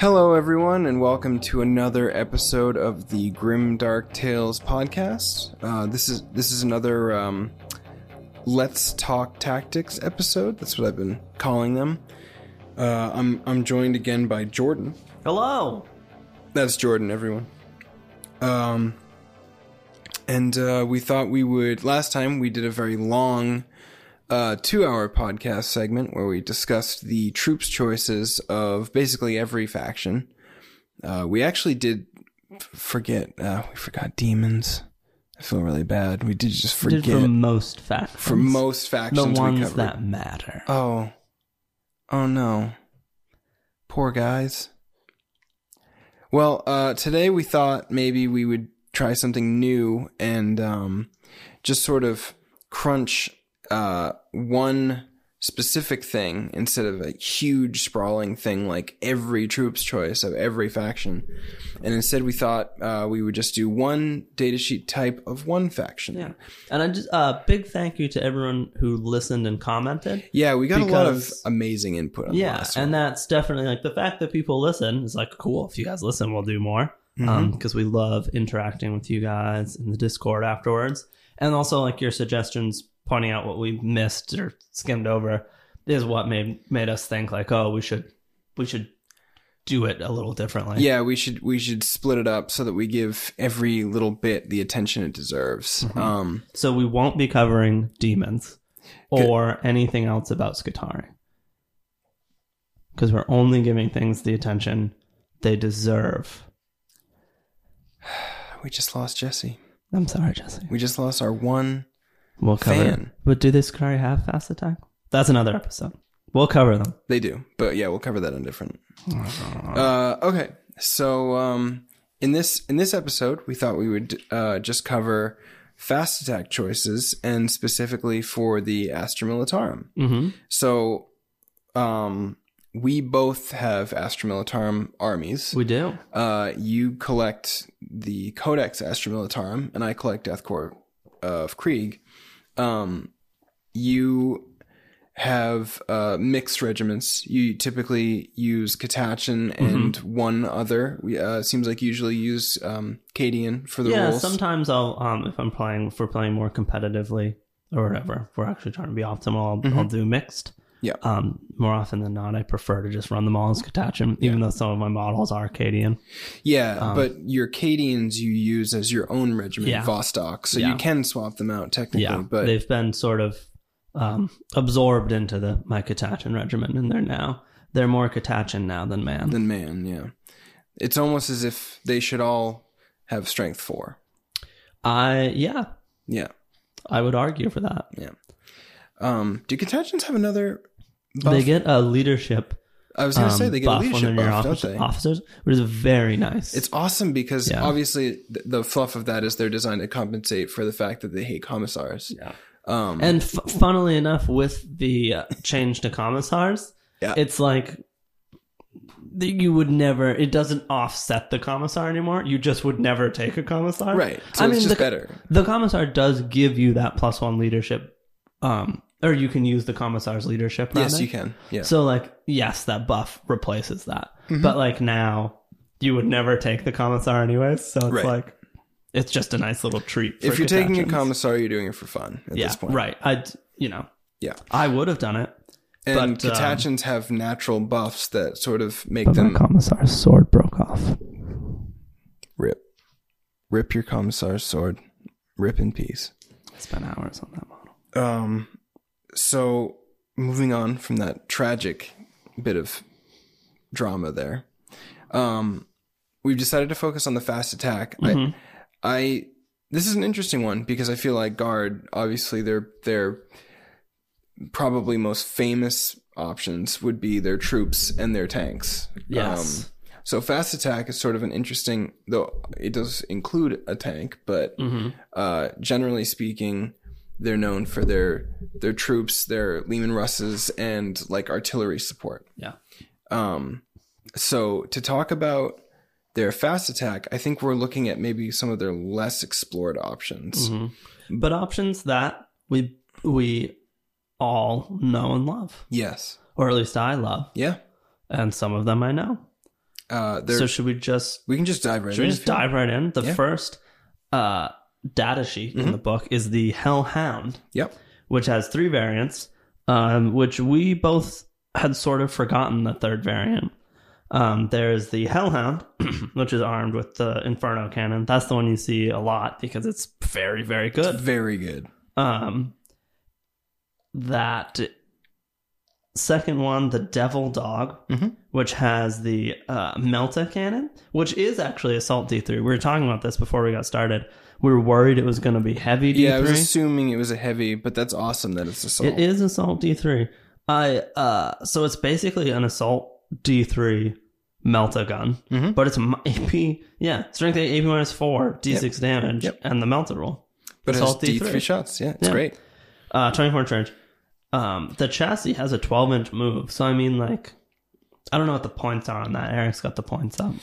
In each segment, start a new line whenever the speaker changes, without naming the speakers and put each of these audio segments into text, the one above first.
Hello, everyone, and welcome to another episode of the Grim Dark Tales podcast. Uh, this is this is another um, Let's Talk Tactics episode. That's what I've been calling them. Uh, I'm I'm joined again by Jordan.
Hello.
That's Jordan, everyone. Um, and uh, we thought we would. Last time we did a very long uh, two hour podcast segment where we discussed the troops' choices of basically every faction. Uh, we actually did f- forget, uh, we forgot demons. I feel really bad. We did just forget
Did for most factions.
for most
the
factions we
ones
covered.
that matter.
Oh. Oh no. Poor guys. Well, uh, today we thought maybe we would try something new and um, just sort of crunch uh, one specific thing instead of a huge sprawling thing like every troop's choice of every faction. And instead, we thought uh, we would just do one datasheet type of one faction.
Yeah. And I just uh big thank you to everyone who listened and commented.
Yeah, we got a lot of
Because-
amazing input on the
Yeah,
last
and
one.
that's definitely like the fact that people listen is like cool. If you guys listen, we'll do more.
Mhm.
Um, because we love interacting with you guys in the Discord afterwards, and also like your suggestions pointing out what we missed or skimmed over is what made made us think like, oh, we should we should do it a little differently.
Yeah, we should we should split it up so that we give every little bit the attention it deserves. Um,
So we won't be covering demons or anything else about Skatari. Because we're only giving things the attention they deserve.
we just lost Jesse.
I'm sorry, Jesse.
We just lost our one.
We'll cover it.
Fan.
But do they Skatari have fast attack? That's another episode. We'll cover them.
They do, but yeah, we'll cover that on different. Uh, okay, so um, in this in this episode, we thought we would uh, just cover fast attack choices and specifically for the Astra Militarum.
Mm-hmm.
So, um, we both have Astra Militarum armies.
We do.
uh, you collect the Codex Astra Militarum, and I collect Death Corps of Krieg. Um, you have uh, mixed regiments. You typically use Katachin and
Mm-hmm.
one other. We, uh, seems like you usually use um, Cadian for the
yeah,
rules.
sometimes I'll um if I'm playing if we're playing more competitively or whatever, if we're actually trying to be optimal, I'll, I'll do mixed.
Mm-hmm. Yeah.
Um more often than not I prefer to just run them all as Katachin, even though some of my models are Acadian.
yeah, but your Cadians you use as your own regiment,
Um. Yeah.
Vostok, so you
Yeah.
can swap them out technically.
Yeah.
but
they've been sort of um absorbed into the my Katachin regiment and they're now they're more Katachin now than man.
than man. Yeah, it's almost as if they should all have strength four.
I yeah,
Yeah,
I would argue for that.
yeah. Um, do Katachins have another? Buff?
They get a leadership
I was gonna
um,
say they get a
buff
leadership
when they're
buff,
officer-
don't they?
officers, which is very nice.
It's awesome because
Yeah.
obviously th- the fluff of that is they're designed to compensate for the fact that they hate commissars.
Yeah.
Um,
And f- funnily enough, with the uh, change to commissars,
Yeah.
it's like that you would never. It doesn't offset the commissar anymore. You just would never take a commissar.
right, so it's just
the,
better.
the commissar does give you that plus one leadership, um, or you can use the commissar's leadership.
Yes,
rather.
you can. Yeah, Mm-hmm.
So like, yes, that buff replaces that, but like now you would never take the commissar anyways. So it's
Right.
like it's just a nice little treat. For
if you're taking a
Katachins.
commissar, you're doing it for fun at
yeah,
this point.
right. I you know
Yeah.
I would have done it.
And
But, um,
Katachins have natural buffs that sort of make them
commissar's sword broke off.
rip, rip your commissar's sword, rip in peace.
I spent hours on that model.
Um, so moving on from that tragic bit of drama there, um, we've decided to focus on the fast attack. I, I this is an interesting one because I feel like guard. Obviously, their their probably most famous options would be their troops and their tanks.
Yes.
Um, so fast attack is sort of an interesting, though it does include a tank, but
Mm-hmm.
uh, generally speaking, they're known for their their troops, their Lehman Russes, and like artillery support.
Yeah.
Um, so to talk about their fast attack, I think we're looking at maybe some of their less explored options.
Mhm. But options that we we all know and love,
Yes.
or at least I love,
Yeah.
and some of them I know.
Uh, there,
So should we just
we can just dive right
should we
in.
just dive right in? The
Yeah.
first uh, data sheet in
Mhm.
the book is the Hellhound,
Yep.
which has three variants, um, which we both had sort of forgotten the third variant. Um, there's the Hellhound, which is armed with the Inferno cannon. That's the one you see a lot because it's very, very good
Very good.
um that second one the devil dog
Mhm.
which has the uh, melta cannon which is actually assault d3 we were talking about this before we got started we were worried it was going to be heavy d3
Yeah, I was assuming it was a heavy, but that's awesome that it's assault.
it is assault d3 i uh so it's basically an assault d3 melta gun
Mhm.
but it's m- ap yeah strength 8 ap minus 4 d6 damage
Yep.
and the melta roll
but it has
assault
D3.
D3.
shots. Yeah, it's
Yeah.
great.
Uh, 24 inch range. Um, the chassis has a 12 inch move. So, I mean, like, I don't know what the points are on that. Eric's got the points up.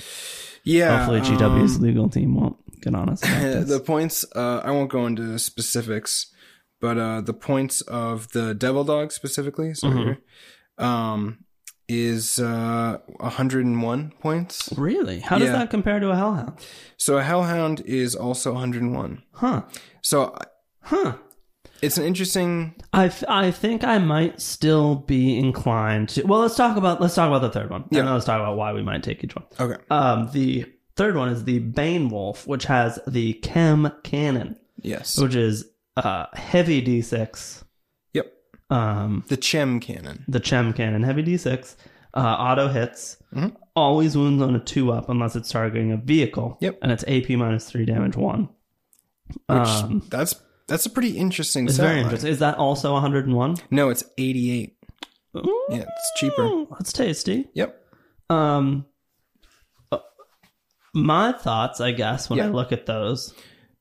Yeah.
Hopefully, GW's
um,
legal team won't get on us. about this.
the points uh, i won't go into specifics but uh, the points of the devil dog specifically
Mm-hmm.
sorry, um, is uh, 101 points
really? How does
Yeah.
that compare to a Hellhound?
so a hellhound is also 101
Huh.
so uh,
Huh.
it's an interesting
I, f- I think I might still be inclined to. Well, let's talk about let's talk about the third one.
Yeah.
And then let's talk about why we might take each one.
okay
Um, the third one is the Bane Wolf, which has the Chem Cannon,
yes
which is uh heavy D6.
yep
Um,
the chem cannon
the Chem cannon, heavy D6, uh, auto hits,
Mhm.
always wounds on a two up unless it's targeting a vehicle.
Yep.
And it's AP minus three damage one.
which
Um,
that's that's a pretty interesting
it's
stat
very
line.
interesting. Is that also 101?
no it's 88 yeah it's cheaper
Ooh, That's tasty.
yep
Um, uh, my thoughts, I guess, when I
Yeah.
look at those.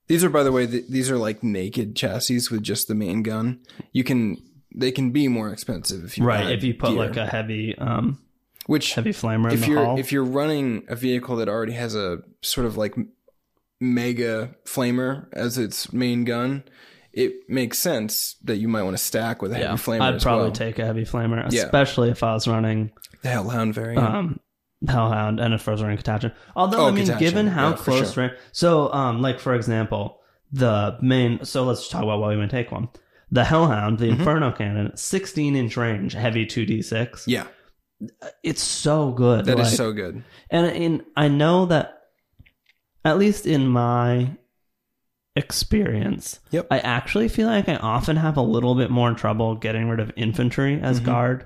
These are, by the way, th these are like naked chassis with just the main gun. You can they can be more expensive if you
Right.
add
If you put
gear.
like a heavy, um,
which
heavy flamer in
if
the
you're
hall.
if you're running a vehicle that already has a sort of like m- mega flamer as its main gun, it makes sense that you might want to stack with a heavy flamer.
I'd
as
probably
well.
take a heavy flamer,
Yeah.
especially if I was running
the Hellhound variant.
um, Hellhound and a frozen ring Katachin. Although
Oh,
I mean,
Katachin.
given how
Yeah, for
close
sure.
range, so um, like for example, the main. So let's talk about why we might take one. The Hellhound, the
Mhm.
Inferno Cannon, sixteen inch range, heavy two d six.
yeah,
It's so good.
that is
like-
so good.
and in I know that, at least in my experience,
Yep.
I actually feel like I often have a little bit more trouble getting rid of infantry as
Mhm.
guard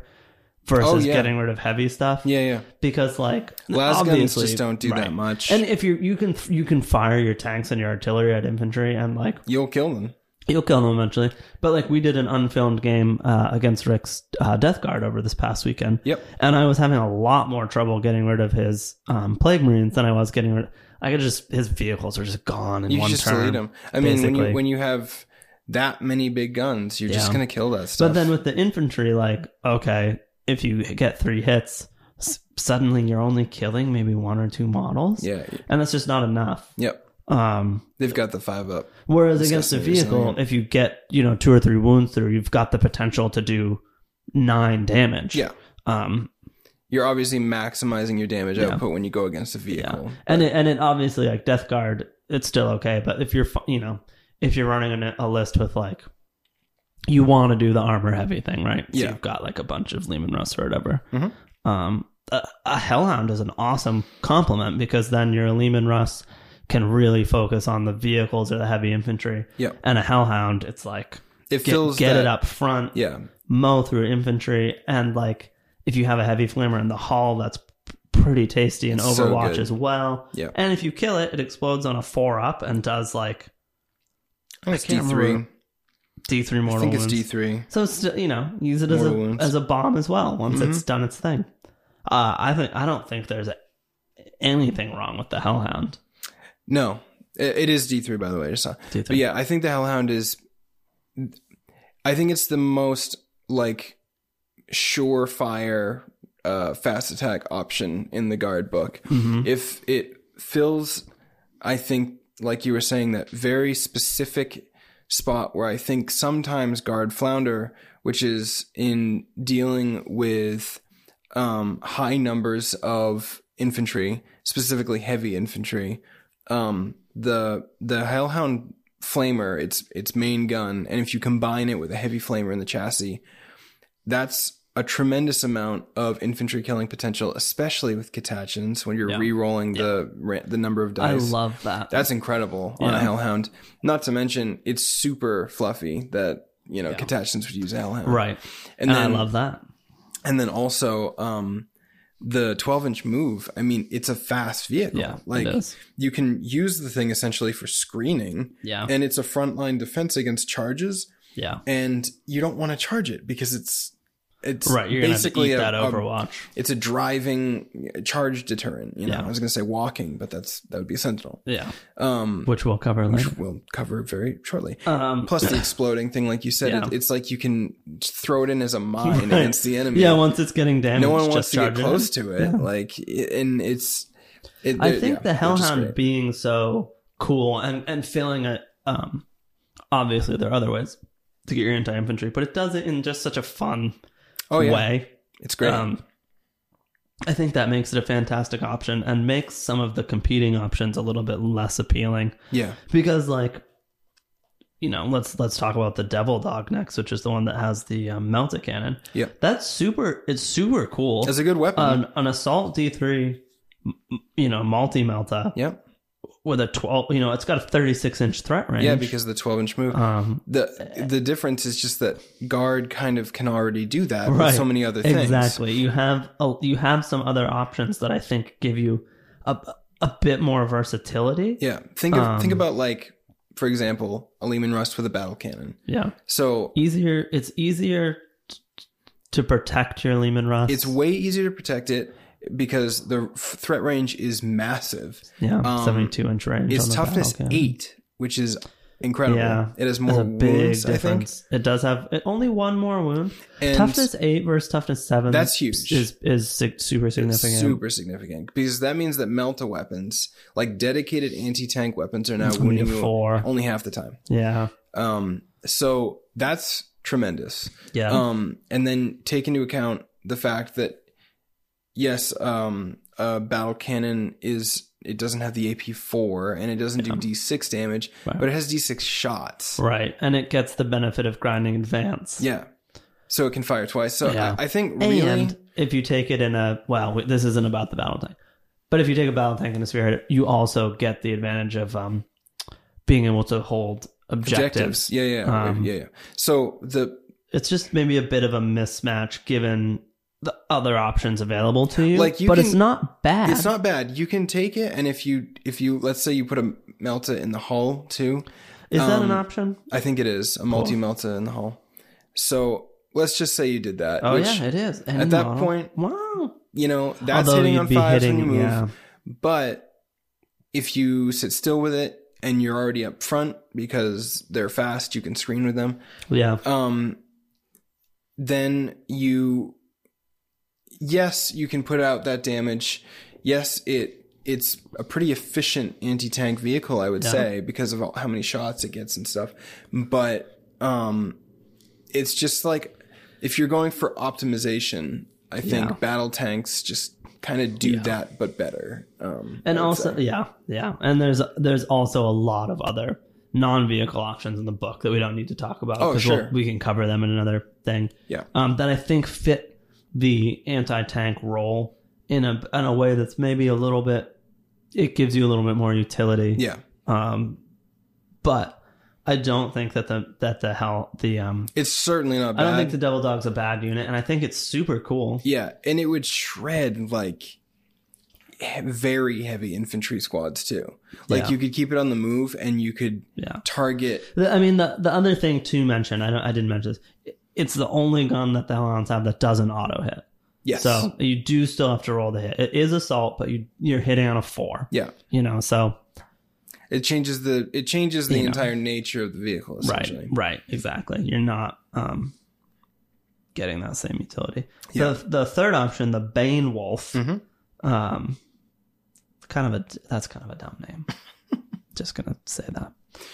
versus
Oh, yeah.
getting rid of heavy stuff
Yeah, yeah.
because like
Las guns
obviously
just don't do that
right.
much.
And if you you can you can fire your tanks and your artillery at infantry and like
You'll kill them.
you'll kill them eventually. But like we did an unfilmed game uh, against Rick's uh, Death Guard over this past weekend.
Yep.
And I was having a lot more trouble getting rid of his um, plague marines than I was getting rid. I could just his vehicles are just gone in
You
one
just
turn.
delete them. I mean, when
basically.
you when you have that many big guns, you're just
Yeah.
gonna kill that stuff.
But then with the infantry, like okay, if you get three hits, s- suddenly you're only killing maybe one or two models.
yeah,
And that's just not enough.
yep,
Um,
they've got the five up.
Whereas
Discuss
against a
what you're
vehicle,
saying.
if you get you know two or three wounds through, you've got the potential to do nine damage.
Yeah,
Um.
you're obviously maximizing your damage
Yeah.
output when you go against a
Yeah.
vehicle.
And it, and it obviously like Death Guard, it's still okay. But if you're fu- you know if you're running a, a list with like you want to do the armor heavy thing, right? So
Yeah.
You've got like a bunch of Lehman Russ or whatever.
Mhm.
Um. A, a Hellhound is an awesome complement because then your Lehman Russ can really focus on the vehicles or the heavy infantry.
Yeah.
And a Hellhound, it's like
It
get,
fills
get
that,
it up front,
Yeah,
mow through infantry, and like if you have a heavy flamer in the hull, that's p- pretty tasty in
It's so
Overwatch
good.
as well.
Yeah.
And if you kill it, it explodes on a four up and does like
I think it's D
can't
three.
remember D three
I
mortal
think it's
wounds.
D three.
so it's still, you know use it as
Mortal
a
wounds. Mm-hmm.
as a bomb as well once it's done its thing. Uh, I think I don't think there's a, anything wrong with the Hellhound.
No, it, it is D three. By the way, I just saw.
Do you think?
But yeah, I think the Hellhound is. I think it's the most like surefire uh, fast attack option in the guard book.
Mhm.
If it fills, I think, like you were saying, that very specific spot where I think sometimes guard flounder, which is in dealing with um, high numbers of infantry, specifically heavy infantry. Um, the the Hellhound flamer, its its main gun, and if you combine it with a heavy flamer in the chassis, that's a tremendous amount of infantry killing potential, especially with Catachins when you're
Yeah.
re-rolling the ra- the number of dice.
I love that.
That's incredible on a
Yeah.
hellhound. Not to mention it's super fluffy that you know
Yeah.
Catachins would use a hellhound.
right.
And, then Oh,
I love that.
and then also um the 12 inch move. I mean, it's a fast vehicle.
Yeah.
like
it is.
you can use the thing essentially for screening
Yeah.
and it's a frontline defense against charges
yeah.
and you don't want to charge it because it's it's
Right. You're going to have to
basically
eat
a-
that
a-
Overwatch.
it's a driving charge deterrent, you know.
Yeah.
I was going to say walking, but that's that would be Sentinel.
yeah.
Um
Which we'll cover later.
which we'll cover very shortly.
Um,
Plus the exploding thing, like you said,
Yeah.
it, it's like you can throw it in as a mine
Right.
against the enemy.
yeah, once it's getting damaged,
no one wants
just
to get
charge it.
close to it.
Yeah.
Like, i- and it's. It,
I
they're-
think
yeah,
the
they're just
Hellhound
great.
being so cool and and feeling it. Um, obviously, there are other ways to get your anti infantry, but it does it in just such a fun
Oh yeah,
way.
it's great.
Um, I think that makes it a fantastic option and makes some of the competing options a little bit less appealing
yeah,
because, like, you know, let's let's talk about the Devil Dog next, which is the one that has the um, melted cannon.
Yeah.
that's super. It's super cool
it's a good weapon.
an, an assault D3, m- m- you know, multi melta
yep.
with a 12, you know, it's got a 36 inch threat range.
Yeah, because of the twelve inch move.
um,
the the difference is just that guard kind of can already do that with
Right.
so many other things.
exactly. You have a, you have some other options that I think give you a, a bit more versatility.
Yeah. Think of think
Um,
about like, for example, a Lehman Rust with a battle cannon.
Yeah.
So
Easier. It's easier t- t- to protect your Lehman Russ.
it's way easier to protect it because the f- threat range is massive.
yeah,
um,
72 inch range.
It's
on the
toughness
Battle Cannon.
eight, which is incredible.
Yeah.
It has
That's
more
a big
wounds, I think.
difference. It does have it, only one more wound.
And
toughness eight versus toughness seven.
That's huge.
Is is si- super
it's
significant.
super significant because that means that melta weapons, like dedicated anti tank weapons, are now
It's only
wounding
a
you
four.
only half the time.
Yeah,
Um, so that's tremendous.
yeah,
Um, and then take into account the fact that yes, um, a battle cannon is it doesn't have the AP four and it doesn't
Yeah.
do D6 damage,
Right.
but it has D6 shots.
right. And it gets the benefit of grinding advance.
Yeah, so it can fire twice. So
Yeah.
I, I think really,
and if you take it in a well, w- this isn't about the battle tank, but if you take a battle tank and a spear hit, you also get the advantage of um being able to hold objectives.
Yeah, yeah,
Um,
yeah, yeah. So the
It's just maybe a bit of a mismatch given the other options available to you.
Like, you
but
can-
it's not bad.
it's not bad. You can take it, and if you if you let's say you put a melta in the hull too,
Is that an
um,
option?
I think it is a multi
Oh.
melta in the hull. So let's just say you did that.
Oh
which,
yeah, it is. And
at that
model.
point,
wow.
you know that's
Although
hitting
you'd
on
be
fives
hitting,
when you move.
yeah.
But if you sit still with it and you're already up front because they're fast, you can screen with them.
Yeah.
um, then you yes you can put out that damage yes it it's a pretty efficient anti-tank vehicle i would
Yeah.
say because of all, how many shots it gets and stuff but um it's just like if you're going for optimization i think
Yeah.
battle tanks just kind of do
Yeah.
that but better um
and
I would
also
say.
yeah yeah and there's there's also a lot of other non-vehicle options in the book that we don't need to talk about
Oh,
we'll-
sure.
we can cover them in another thing
Yeah.
um, that i think fit the anti-tank role in a in a way that's maybe a little bit it gives you a little bit more utility
yeah
um but i don't think that the that the hell the um
it's certainly not
i
bad
don't think the devil dog's a bad unit and i think it's super cool
Yeah, and it would shred like he- very heavy infantry squads too. Like
Yeah.
you could keep it on the move and you could
yeah
target.
The, I mean, the the other thing to mention, I don't, I didn't mention this. It's the only gun that the Hellhounds have that doesn't auto hit.
Yes.
So you do still have to roll the hit. It is assault, but you you're hitting on a four.
Yeah.
You know, so
It changes the it changes the
You know.
entire nature of the vehicle
right,
essentially.
right, exactly. You're not um getting that same utility.
Yeah. Mm.
The the third option, the Bane Wolf,
Mhm.
um, kind of a that's kind of a dumb name. Just gonna say that.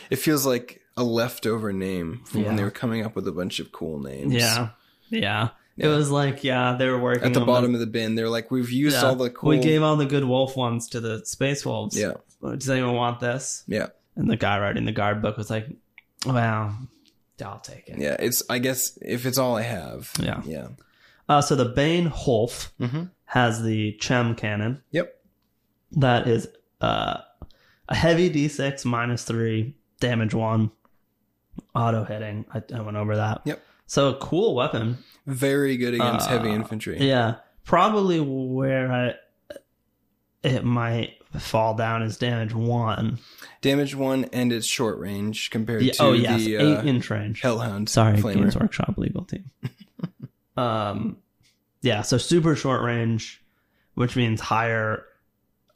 It feels like a leftover name from when
Yeah.
they were coming up with a bunch of cool names.
Yeah, yeah. It
Yeah.
was like yeah, they were working
At the
on
bottom of the bin, they're like, we've used
yeah,
all the cool.
We gave all the good wolf ones to the space wolves.
yeah,
Does anyone want this?
yeah,
And the guy writing the guard book was like, "Well, I'll take it."
yeah. It's I guess if it's all I have.
Yeah.
yeah.
Uh, so the Bane Wolf
Mm-hmm.
has the Chem cannon.
Yep.
That is uh, a heavy D6 minus three, damage one, auto hitting. I, I went over that.
Yep.
So a cool weapon.
Very good against heavy
Uh,
infantry.
Yeah. Probably where I it might fall down is damage one.
Damage one and it's short range compared
Yeah,
to
oh yes,
the uh,
eight inch range.
Hellhound.
Sorry,
flamer.
Games Workshop legal team. um, yeah, so super short range, which means higher.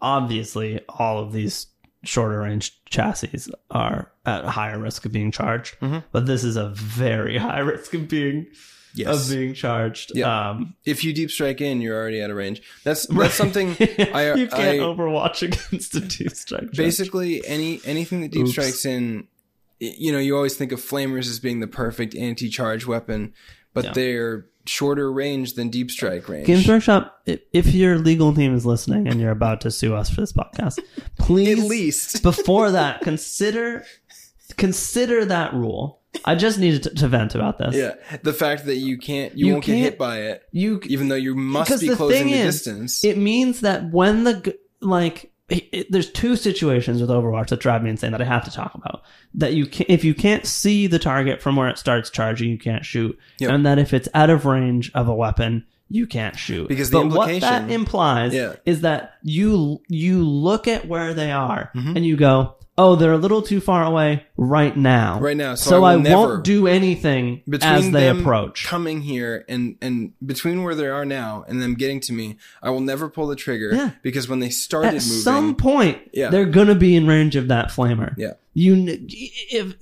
Obviously, all of these shorter range chassis are at a higher risk of being charged,
Mhm.
but this is a very high risk of being
Yes.
of being charged.
Yeah.
Um,
if you deep strike in, you're already out of range. That's that's
Right.
something. I-
you can't
I-
overwatch against a deep strike.
Basically, any anything that deep
Oops.
strikes in, y- you know, you always think of flamers as being the perfect anti-charge weapon, but
Yeah.
they're shorter range than deep strike range.
Games Workshop, i- if your legal team is listening and you're about to sue us for this podcast, please
At least,
before that, consider consider that rule. I just needed to, to vent about this.
yeah. The fact that you can't, you,
You
won't get
can't-
hit by it,
You
even though you must
Because
be
the
closing
thing
the
is,
distance.
it means that when the g- like it, it- there's two situations with Overwatch that drive me insane that I have to talk about. That you can if you can't see the target from where it starts charging, you can't shoot.
Yep.
And that if it's out of range of a weapon, you can't shoot.
Because the
but what
implication-
that implies
Yeah.
is that you you look at where they are
Mhm.
and you go, "Oh, they're a little too far away right now."
right now, so,
so, I,
will never
won't do anything
Between
as they
them
approach.
coming here and and between where they are now and them getting to me, I will never pull the trigger
Yeah.
because when they started
At
moving,
some point,
Yeah.
they're gonna be in range of that flamer.
Yeah.
you kn- if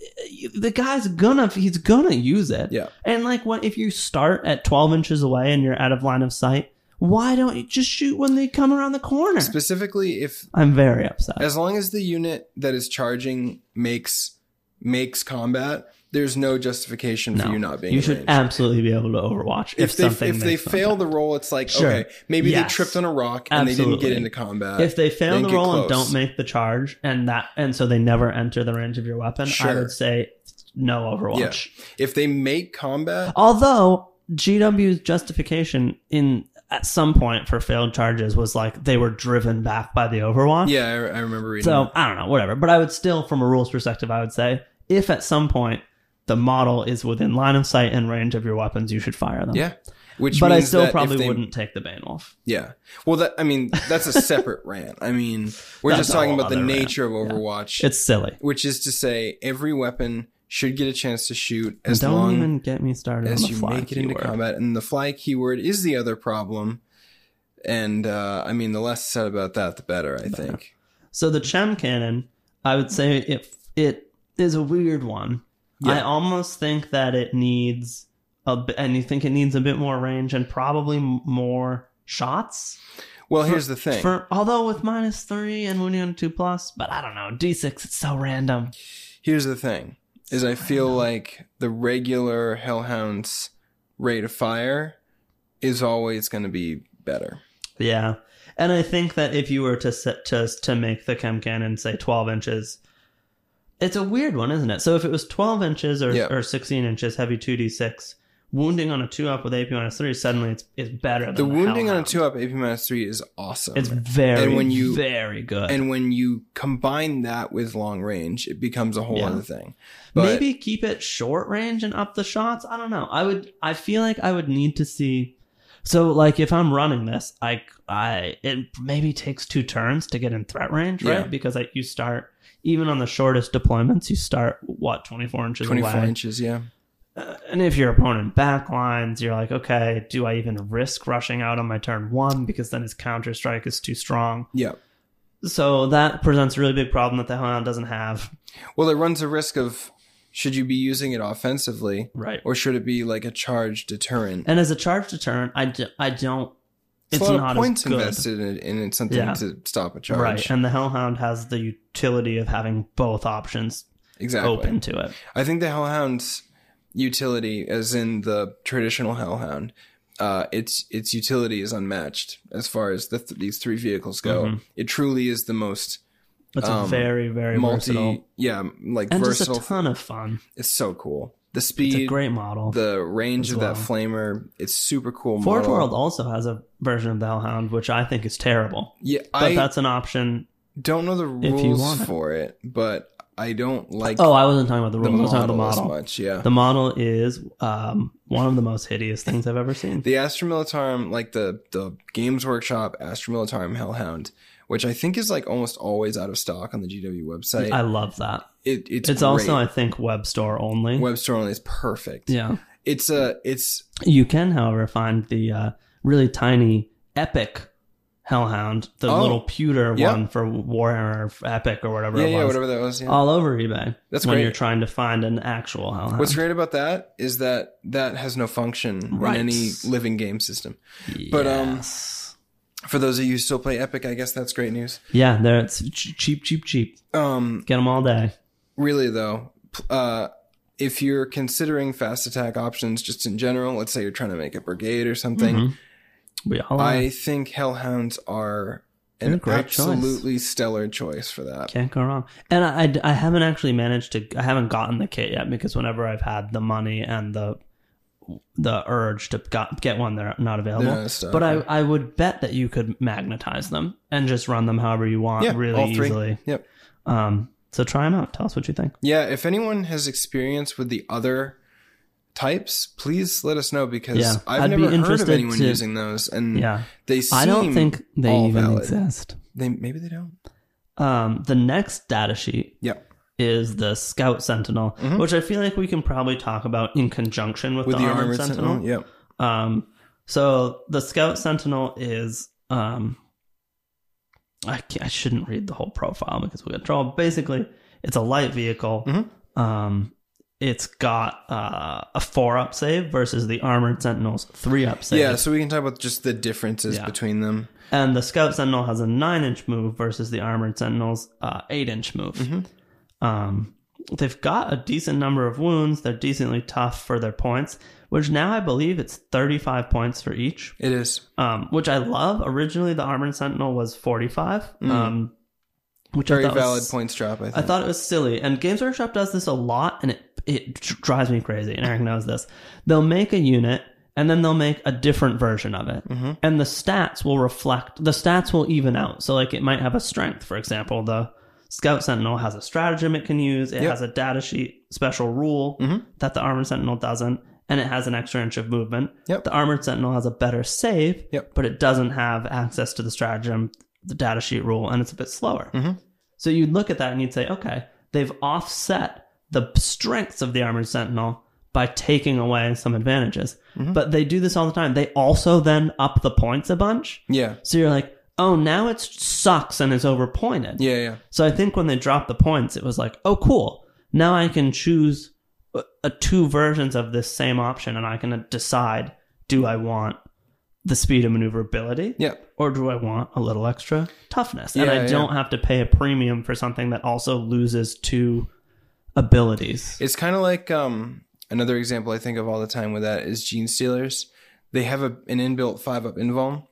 the guy's gonna he's gonna use it.
yeah,
and like what if you start at twelve inches away and you're out of line of sight? Why don't you just shoot when they come around the corner?
specifically if
I'm very upset.
as long as the unit that is charging makes makes combat, there's no justification for
No.
you not being.
you
in
should
range.
absolutely be able to Overwatch if,
if, they
something
if they
makes
fail
contact.
the roll, it's like
Sure.
okay, maybe
Yes.
they tripped on a rock and they didn't
Absolutely.
get into combat.
if they fail
then
the
get
roll and
close.
don't make the charge and that and so they never enter the range of your weapon, I
Sure.
would say no Overwatch.
if they make combat,
Uh-huh. Although GW's justification in at some point for failed charges was like they were driven back by the Overwatch.
yeah, I, I remember reading.
So
that.
I don't know, whatever. But I would still, from a rules perspective, I would say if at some point the model is within line of sight and range of your weapons, you should fire them.
yeah, which
but I
means that
still
if
probably
they-
wouldn't take the Bane Wolf.
Yeah. Well, that I mean, that's a separate rant. I mean, we're
That's
just
a
talking
whole
about the
other rant.
nature
Yeah.
of Overwatch,
It's silly.
which is to say, every weapon should get a chance to shoot as
don't
long
even get me started on
as
the
you
fly
make it into
keyword.
combat. And the fly keyword is the other problem. And uh, I mean, the less said about that, the better. I think.
So the Chem cannon, I would say it it is a weird one.
Yeah.
I almost think that it needs a bit, and you think it needs a bit more range and probably m- more shots.
Well, here's the thing.
For although with minus three and when you're on two plus, but I don't know D six. It's so random.
Here's the thing: is I feel like the regular Hellhound's rate of fire is always going to be better.
Yeah, and I think that if you were to set to to make the chem cannon say twelve inches, it's a weird one, isn't it? So if it was twelve inches or
Yeah.
or sixteen inches, heavy two d six wounding on a two up with AP minus three, suddenly it's it's better. Than
The wounding on a
Hellhound.
two up AP minus three is awesome.
it's very
And when you-
very good.
and when you combine that with long range, it becomes a whole
Yeah.
other thing. But
Maybe keep it short range and up the shots. I don't know. I would. I feel like I would need to see. So like if I'm running this, I I it maybe takes two turns to get in threat range, right?
Yeah.
Because I, you start even on the shortest deployments, you start what 24 inches
24
away.
inches, yeah.
Uh, and if your opponent backlines, you're like, okay, do I even risk rushing out on my turn one because then his counter strike is too strong?
Yeah.
So that presents a really big problem that the Hellhound doesn't have.
Well, it runs a risk of should you be using it offensively
Right.
or should it be like a charge deterrent?
And as a charge deterrent, I, d- I don't
It's,
it's
a lot
not
of points
as good.
invested in it, and it's something
Yeah.
to stop a charge.
Right. And the Hellhound has the utility of having both options
Exactly.
open to it.
I think the Hellhound's utility, as in the traditional Hellhound, uh, its its utility is unmatched as far as the th- these three vehicles go.
Mhm.
It truly is the most
It's
Um,
a very, very
multi,
versatile
yeah, like
and just
versatile.
a ton of fun.
it's so cool. The
It's a
speed,
great model.
the range
as
of that
well.
flamer, it's super cool.
Forge
model.
World also has a version of the Hellhound, which I think is terrible.
yeah,
But
I
that's an option.
don't know the
if you
rules
want it.
for it, but I don't like
Oh, I wasn't talking about the
the,
rules. I was talking about
model
the
as
model.
much. Yeah,
The model is um, one of the most hideous things I've ever seen.
The Astromilitarum, like the the Games Workshop Astromilitarum Hellhound, which I think is like almost always out of stock on the GW website.
I love that.
it, it's
It's, also,
great.
I think, web store only.
web store only is perfect.
yeah.
It's a it's
You can, however, find the uh, really tiny Epic Hellhound, the
Oh.
little pewter
Yeah.
one for Warhammer or Epic or whatever
yeah
it was,
yeah whatever that was. Yeah.
all over eBay.
That's
Um, when
great.
you're trying to find an actual Hellhound.
What's great about that is that that has no function
Right.
in any living game system. but, um,
Yes.
For those of you who still play Epic, I guess that's great news.
yeah, there it's ch- cheap, cheap, cheap.
Um,
Get them all day.
really though p- uh if you're considering fast attack options just in general let's say you're trying to make a brigade or something
Mhm. We all are.
i think hellhounds are
They're
an
a great choice.
absolutely stellar choice for that
can't go wrong. And I, I, I haven't actually managed to. I haven't gotten the kit yet because whenever I've had the money and the the urge to got, get one, they're not available.
No, it's not.
But I, I would bet that you could magnetize them and just run them however you want
Yeah,
really
all three.
easily.
Yep.
Um, so try them out. Tell us what you think.
yeah if anyone has experience with the other types please let us know because
Yeah,
i've
I'd be
never heard of
interested
anyone
to-
using those and
Yeah.
they seem
I don't think they
all
even
valid.
exist.
they maybe they don't
Um, the next data sheet
yeah
is the Scout Sentinel,
Mhm.
which I feel like we can probably talk about in conjunction with,
with
the, Armored, Sentinel.
yeah
Um, so the Scout Sentinel is um, I can't, I shouldn't read the whole profile because we got trouble. Basically, it's a light vehicle.
Mhm.
Um, it's got uh, a four up save versus the Armored Sentinel's three up save.
yeah so we can talk about just the differences
Yeah.
between them
And the Scout Sentinel has a nine inch move versus the Armored Sentinel's uh, eight inch move.
Mhm.
Um, they've got a decent number of wounds. They're decently tough for their points, which now I believe it's 35 points for each.
it is
um, which I love. Originally, the Armored Sentinel was 45,
Mm.
um, which
very
I thought
valid
was,
points drop i think
I thought it was silly, and Games Workshop does this a lot, and it it drives me crazy. And Eric knows this. They'll make a unit, and then they'll make a different version of it,
Mhm.
and the stats will reflect. The stats will even out. So, like, it might have a strength, for example. The Scout Sentinel has a stratagem it can use. It
Yep.
has a data sheet special rule
Mhm.
that the Armored Sentinel doesn't, and it has an extra inch of movement.
Yep.
The Armored Sentinel has a better save,
Yep.
but it doesn't have access to the stratagem, the data sheet rule, and it's a bit slower.
Mhm.
So you'd look at that and you'd say, okay, they've offset the strengths of the Armored Sentinel by taking away some advantages.
Mhm.
But they do this all the time. They also then up the points a bunch.
yeah
So you're like, oh, now it sucks and is overpointed.
yeah yeah
So I think when they dropped the points, it was like, oh, cool. Now I can choose uh, uh, two versions of this same option and I can decide do I want the speed and maneuverability
yeah
or do I want a little extra toughness? and
Yeah,
I
yeah.
don't have to pay a premium for something that also loses two abilities.
It's kind of like um, another example I think of all the time with that is Gene Stealers. They have a, an inbuilt five up involm,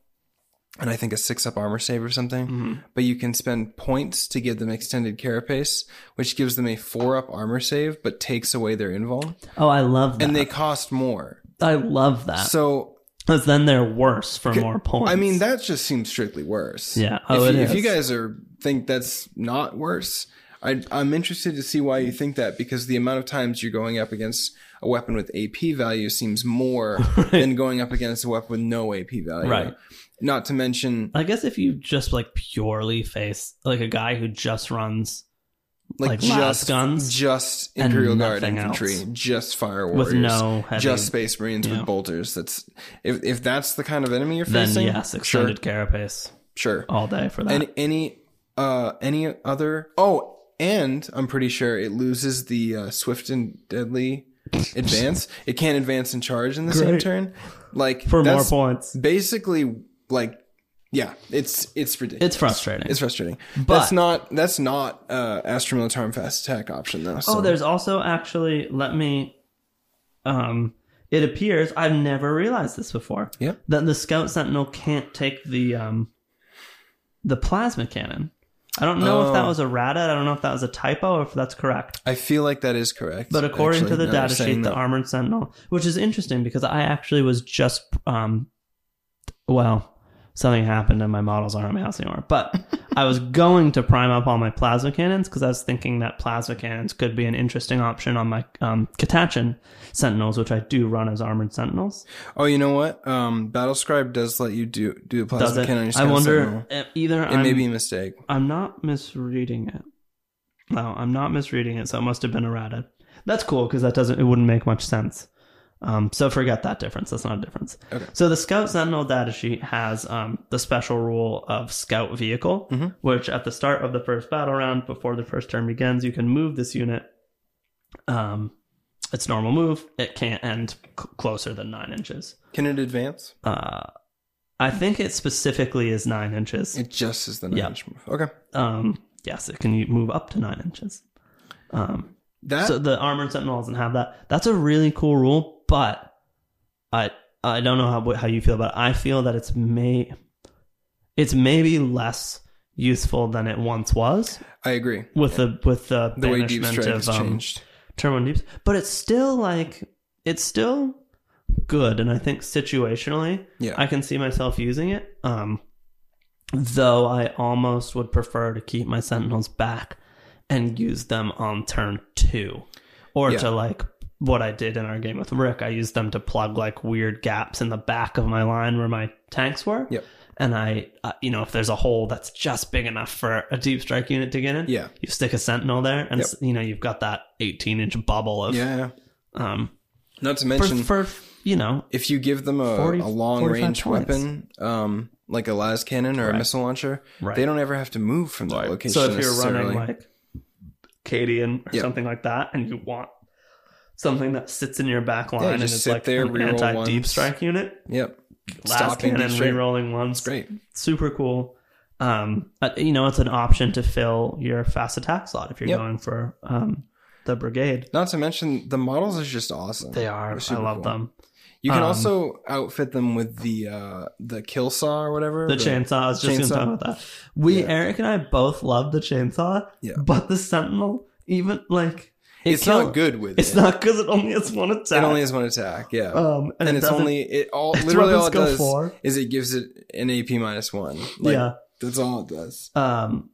and I think a six up armor save or something.
Mhm.
But you can spend points to give them extended carapace, which gives them a four up armor save, but takes away their involm,
Oh, I love that. Uh,
and they cost more.
I love that.
So
Because then they're worse for more points.
I mean, that just seems strictly worse.
Yeah. Oh,
if,
it
you, if you
is.
guys are think that's not worse, I, I'm interested to see why you think that because the amount of times you're going up against a weapon with AP value seems more than going up against a weapon with no AP value.
Right.
Not to mention
I guess if you just like purely face like a guy who just runs
like,
Like las
just
guns
just
and
Imperial Guard
nothing
infantry,
else.
just fire warriors,
with no heavy,
just Space Marines
Yeah.
with bolters. That's if if that's the kind of enemy you're
then
facing.
yes, extended carapace
sure, sure.
all day for that.
Any any uh any other oh and I'm pretty sure it loses the uh, swift and deadly advance. It can't advance and charge in the same
Great.
turn. Like
for more
that's
points.
basically like yeah, it's it's ridiculous.
It's frustrating.
It's frustrating.
But-
that's not that's not uh Astromil Charm Fast Attack option though. So.
Oh, there's also actually let me um it appears I've never realized this before.
Yeah.
That the Scout Sentinel can't take the um the plasma cannon. I don't know if that
Oh.
was a errata, I don't know if that was a typo or if that's correct.
I feel like that is correct.
But according
actually,
to the
now that you're
data sheet,
saying
the
that.
Armored Sentinel, which is interesting because I actually was just, um, well, something happened and my models aren't at my house anymore. But I was going to prime up all my plasma cannons because I was thinking that plasma cannons could be an interesting option on my um, Katachin Sentinels, which I do run as Armored Sentinels.
Oh, you know what? Um, Battlescribe does let you do do a
Does
plasma
it?
cannon. on your
I
scout
wonder
sentinel.
if either
It
I'm,
may be a mistake.
I'm not misreading it. No, I'm not misreading it, so it must have been errata. That's cool because that doesn't it wouldn't make much sense. Um, so forget that difference. That's not a difference.
Okay.
So the Scout Sentinel datasheet has um, the special rule of Scout Vehicle,
Mhm.
which at the start of the first battle round, before the first turn begins, you can move this unit. Um, its normal move. It can't end c- closer than nine inches.
Can it advance?
Uh, I think it specifically is nine inches
It just is the nine
Yeah.
inch move. Okay.
um, yes, it can move up to nine inches. Um,
That
so the armored sentinel doesn't have that. That's a really cool rule, but I I don't know how how you feel about it. I feel that it's may it's maybe less useful than it once was
I agree.
with the with the,
The way Deep
banishment
Strike has
of, um,
changed.
Turbo Deeps, but it's still like it's still good, and I think situationally,
Yeah.
I can see myself using it. Um, though I almost would prefer to keep my Sentinels back and use them on turn two, or
Yeah.
to like what I did in our game with Rick. I used them to plug like weird gaps in the back of my line where my tanks were.
Yep.
And I, uh, you know, if there's a hole that's just big enough for a deep strike unit to get in,
yeah.
you stick a sentinel there and
Yep.
s- you know you've got that 18 inch bubble of
Yeah. yeah.
um
Not to
for,
mention,
for you know
if you give them a,
40
a long
45
range
points.
weapon, um, like a las cannon or
Right.
a missile launcher,
right
they don't ever have to move from that location.
so if you're
necessarily.
running like Cadian or
Yep.
something like that and you want something that sits in your back line
you
and
just
is
sit
like
there,
an
reroll
anti deep
ones.
strike unit
yep,
last
Stopping
cannon
deep strike.
rerolling ones
it's great.
super cool um uh, you know it's an option to fill your fast attack slot if you're
Yep.
going for um the brigade
Not to mention, the models are just awesome.
they are
They're
I
super
love
cool.
them
You can
Um,
also outfit them with the uh the kill saw or whatever.
The chainsaw. I was just going to
chainsaw.
talk about that. We
Yeah.
Eric and I both love the chainsaw,
Yeah.
but the sentinel even like it
It's
kill-
not good with
It's
it.
not because it only has one
It
attack.
only has one attack. Yeah,
um,
and,
and, it
it's
doesn't-
only it all
its
literally all it
weapons go
does
four.
is it gives it an AP minus one.
yeah,
that's all it does.
um,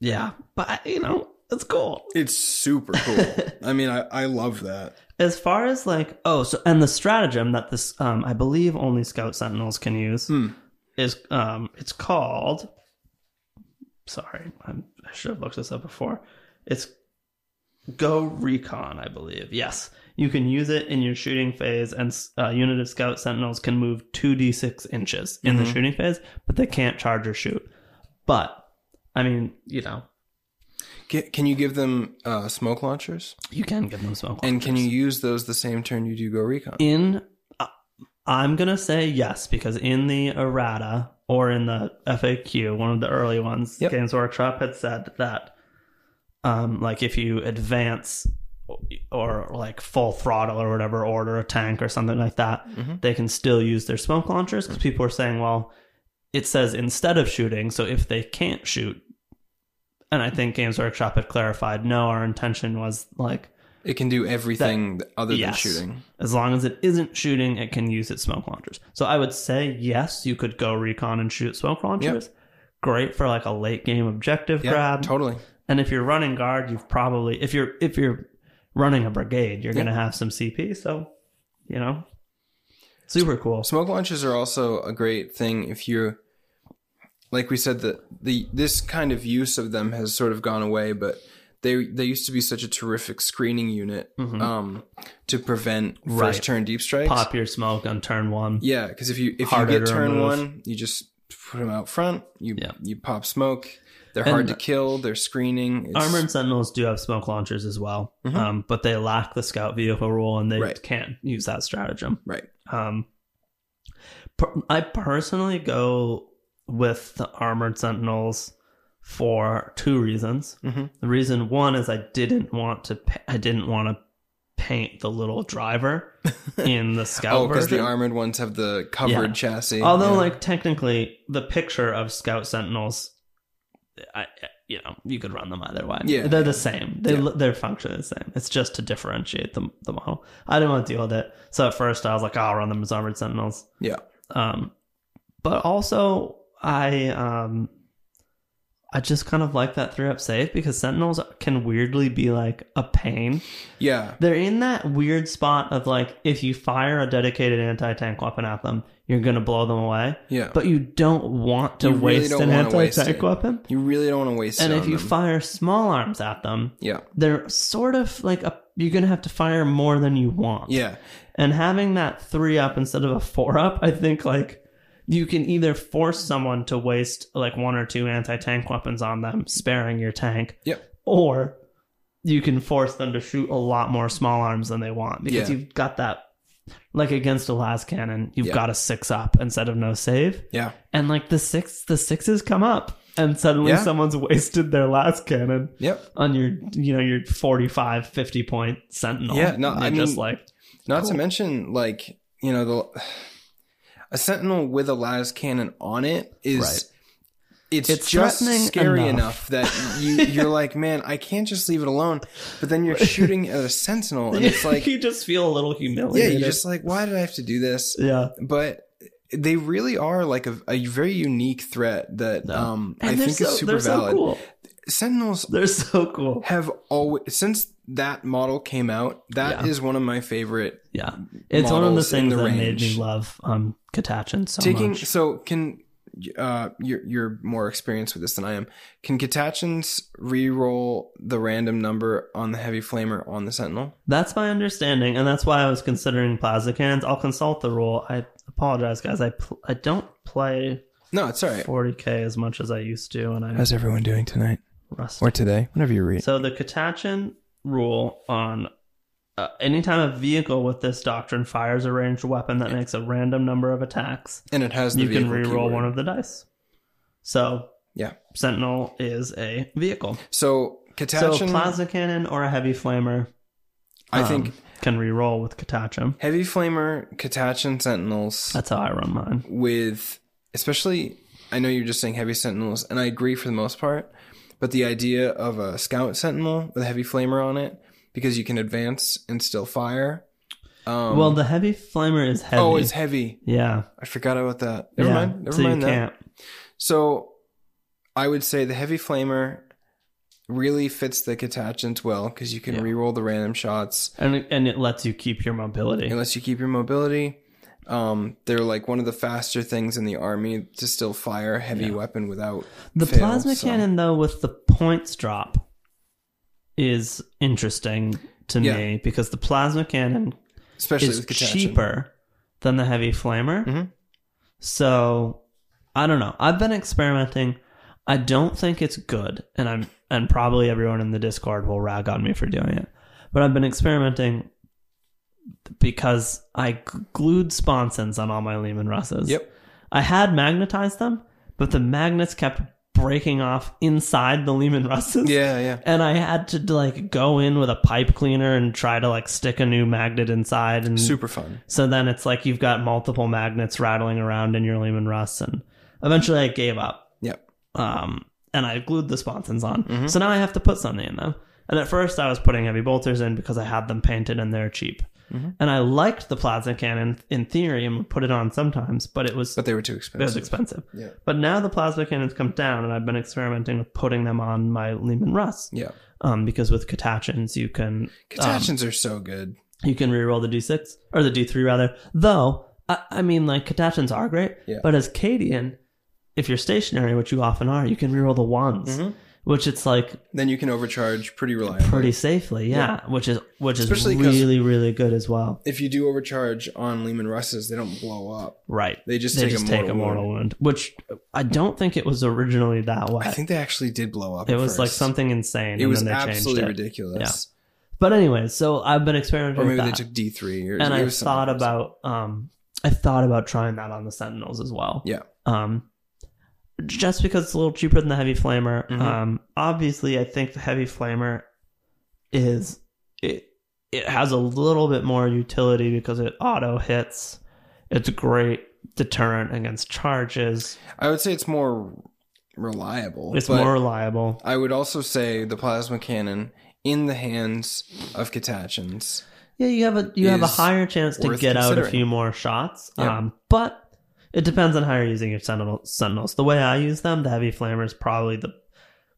yeah, but you know it's cool.
It's super cool. I mean, I I love that.
As far as like oh, so and the stratagem that this um I believe only scout sentinels can use
Hmm.
is um it's called. Sorry, I'm, I should have looked this up before. It's Go Recon, I believe. Yes, you can use it in your shooting phase, and uh, unit of scout sentinels can move two d six inches in the
Mhm.
shooting phase, but they can't charge or shoot. But I mean, you know,
Ca- Can you give them uh, smoke launchers?
you can give them smoke.
And can
launchers.
you use those the same turn you do go recon?
in uh, i'm gonna say yes because in the errata or in the faq one of the early ones
Yep.
games workshop had said that um like if you advance or like full throttle or whatever order a tank or something like that
Mhm.
they can still use their smoke launchers because people are saying well it says instead of shooting so if they can't shoot and i think games workshop had clarified no our intention was like
It can do everything other
Yes.
than shooting.
as long as it isn't shooting, it can use its smoke launchers. So I would say yes, you could go recon and shoot smoke launchers. Great for like a late game objective
Yeah,
grab.
totally.
And if you're running guard, you've probably if you're if you're running a brigade, you're
Yeah.
gonna have some CP. So you know, super cool.
Smoke launchers are also a great thing if you like we said that the this kind of use of them has sort of gone away, but they they used to be such a terrific screening unit
Mhm.
um, to prevent
Right.
first turn deep strikes.
Pop your smoke on turn one.
Yeah, because if you if
Harder
you
to
get turn
remove.
one, you just put them out front. You
Yeah.
you pop smoke. They're
And-
hard to kill. They're screening. It's,
Armored Sentinels do have smoke launchers as well,
Mhm.
um, but they lack the scout vehicle rule and they
Right.
can't use that stratagem.
Right.
Um, Per- I personally go with the Armored Sentinels for two reasons.
Mm-hmm.
The reason one is I didn't want to pa- I didn't want to paint the little driver in the scout
Oh, because
version.
the armored ones have the covered
Yeah.
chassis.
Although,
Yeah.
like technically, the picture of Scout Sentinels, I, you know, you could run them either way.
Yeah.
they're the same. They
Yeah.
look their function is the same. It's just to differentiate the the model. I didn't want to deal with it, so at first I was like, "Oh, I'll run them as armored Sentinels.
Yeah.
Um, but also I um, I just kind of like that three up save because Sentinels can weirdly be like a pain
yeah,
they're in that weird spot of like if you fire a dedicated anti-tank weapon at them you're gonna blow them away
yeah.
but you don't want to
You really
waste
don't
an
wanna waste
anti-tank
it.
weapon
you really don't want to waste.
and
it
if
on
you
them.
fire small arms at them
yeah,
they're sort of like a, you're gonna have to fire more than you want
yeah,
and having that three up instead of a four up i think like you can either force someone to waste like one or two anti-tank weapons on them sparing your tank
Yep.
or you can force them to shoot a lot more small arms than they want because
Yeah.
you've got that like against a las cannon you've
Yeah.
got a six up instead of no save
yeah,
and like the six the sixes come up and suddenly
Yeah.
someone's wasted their last cannon
yep.
on your you know your 45 50 point sentinel
Yeah, no,
And
I
you're just
mean-
like
Not to
Cool.
mention, like you know, the a sentinel with a las cannon on it is.
Right.
It's,
It's
just
threatening
scary enough,
enough.
that you, you're like, man, I can't just leave it alone. But then you're shooting at a sentinel, and it's like,
you just feel a little
yeah,
humiliated.
you're just like, why did I have to do this?
yeah.
But they really are like a, a very unique threat that
No.
um,
And
I
they're
think
so,
is super
they're
valid.
so cool.
Sentinels
They're so cool.
have always since that model came out. That is
Yeah.
one of my favorite.
Yeah, it's one of the
models in
things
the
that made me
range.
love um Katachin so
Taking
much.
so can uh, you're you're more experienced with this than I am. Can Katachins re-roll the random number on the heavy flamer on the Sentinel?
That's my understanding, and that's why I was considering plasma cans. I'll consult the rule. I apologize, guys. I pl- I don't play
No, it's all right.
40k as much as I used to, and I'm
How's everyone doing tonight
rusty.
or today? Whenever you read.
So the Katachin rule on uh, anytime a vehicle with this doctrine fires a ranged weapon that makes a random number of attacks,
and it has the
you can
vehicle
re-roll
keyword.
one of the dice. So
Yeah.
Sentinel is a vehicle.
So
So
Katachin,
plasma cannon or a heavy flamer,
I
um,
think
can re-roll with Katachim.
heavy flamer, Katachin Sentinels
That's how I run mine.
with especially. I know you're just saying heavy Sentinels, and I agree for the most part. but the idea of a scout sentinel with a heavy flamer on it because you can advance and still fire. Um,
well, the heavy flamer is heavy.
oh, it's heavy.
yeah.
I forgot about that. Never
yeah.
mind. Never
so
mind
you
that.
can't.
So, I would say the heavy flamer really fits the Katachins well because you can
Yeah.
reroll the random shots
And it, and it lets you keep your mobility.
unless you keep your mobility. Um, they're like one of the faster things in the army to still fire a heavy weapon without
The
fail,
plasma
so-
cannon, though, with the points drop, is interesting to
Yeah.
me because the plasma cannon
especially
is
with Katachin.
cheaper than the heavy flamer.
Mhm.
So I don't know. I've been experimenting. I don't think it's good, and I'm and probably everyone in the Discord will rag on me for doing it. But I've been experimenting because I gl- glued sponsons on all my Lehman Russes.
Yep.
I had magnetized them, but the magnets kept breaking off inside the Lehman Russes
Yeah, yeah.
and I had to like go in with a pipe cleaner and try to like stick a new magnet inside and
Super fun.
so then it's like you've got multiple magnets rattling around in your Lehman Russ and eventually I gave up.
Yep.
Um and I glued the sponsons on. So now I have to put something in them. And at first I was putting heavy bolters in because I had them painted and they're cheap. And I liked the plasma cannon in theory and would put it on sometimes, but it was
But they were too
it was
expensive.
expensive.
Yeah.
But now the plasma cannons come down and I've been experimenting with putting them on my Lehman Russ
Yeah.
um, because with Katachins you can um,
Katachins are so good.
you can reroll the d6 or the d3 rather. Though I, I mean, like Katachins are great,
Yeah.
but as Cadian, if you're stationary, which you often are, you can reroll the ones,
Mhm.
which it's like
Then you can overcharge pretty reliably.
mm-hmm. pretty safely, yeah, Which is which is
Especially 'cause-
really really good as well,
If you do overcharge on Lehman Russes, they don't blow up.
right?
They just
they
take
just
a
take
mortal.
a mortal
wound.
wound, which I don't think it was originally that way.
I think they actually did blow up.
it
at
was like
first.
something insane.
It
and
was
then they
absolutely
changed it.
ridiculous.
But anyway, so I've been experimenting.
Or maybe
with
they
that.
took D three. Or
and
it
I
was something
thought
crazy.
about um, I thought about trying that on the Sentinels as well.
Yeah.
Um, just because it's a little cheaper than the Heavy Flamer.
Mhm.
Um, obviously, I think the Heavy Flamer is it. It has a little bit more utility because it auto hits. It's a great deterrent against charges.
I would say it's more reliable.
It's
but
more reliable.
I would also say the plasma cannon in the hands of Katachins.
Yeah, you have a you have a
is
higher chance to
worth
get out a
considering.
few more shots.
Yeah.
Um, but it depends on how you're using your sentinel, sentinels. The way I use them, the heavy flamer is probably the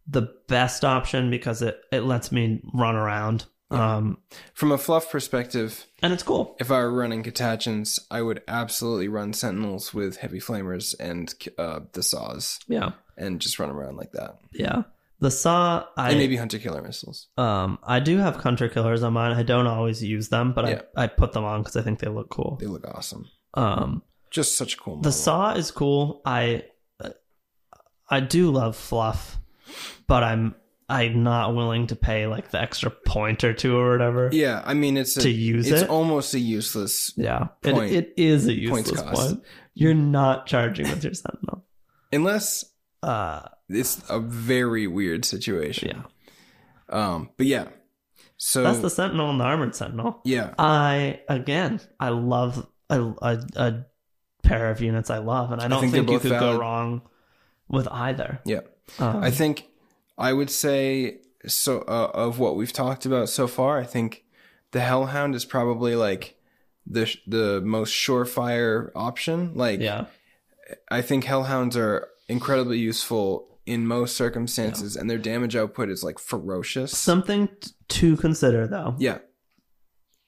the best option because it it lets me run around.
Yeah.
Um,
From a fluff perspective,
and it's cool.
if I were running Katachins, I would absolutely run Sentinels with heavy flamers and uh, the saws
Yeah,
and just run around like that.
yeah. The saw I
and maybe hunter killer missiles.
um I do have hunter killers on mine. I don't always use them, but
Yeah.
I I put them on because I think they look cool.
They look awesome.
Um,
Just such a cool.
The
model.
saw is cool. I I do love fluff, but I'm I'm not willing to pay like the extra point or two or whatever
Yeah, I mean it's a,
to use
it's
it.
almost a useless
yeah, it,
point-
it is a
points
useless
cost.
point. You're not charging with your sentinel.
unless
Uh,
it's a very weird situation.
yeah,
Um, but yeah. So
that's the sentinel and the armored sentinel.
yeah,
I again, I love a, a, a pair of units I love, and I don't
think they're
think, you
both
could go
valid.
wrong with either.
yeah.
Um,
I think I would say so uh, of what we've talked about so far. I think the Hellhound is probably like the sh- the most surefire option. Like
yeah,
I think Hellhounds are incredibly useful in most circumstances, and their damage output is like ferocious.
something t- to consider though.
yeah,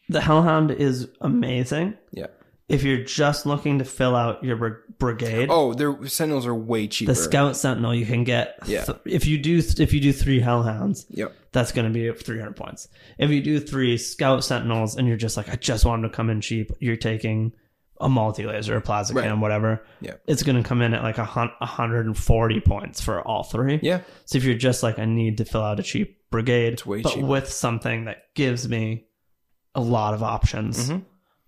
the Hellhound is amazing.
Yeah.
If you're just looking to fill out your br- brigade,
Oh, their sentinels are way cheaper.
the Scout Sentinel you can get.
Yeah.
if you do if you do three Hellhounds,
Yep.
that's going to be 300 points. If you do three Scout Sentinels and you're just like, I just want them to come in cheap, you're taking a multi laser, a plasma
Right.
cannon, whatever.
Yeah.
It's going to come in at like a hun- 140 points for all three.
Yeah.
So if you're just like, I need to fill out a cheap brigade,
It's way
but
cheaper.
with something that gives me a lot of options,
Mhm.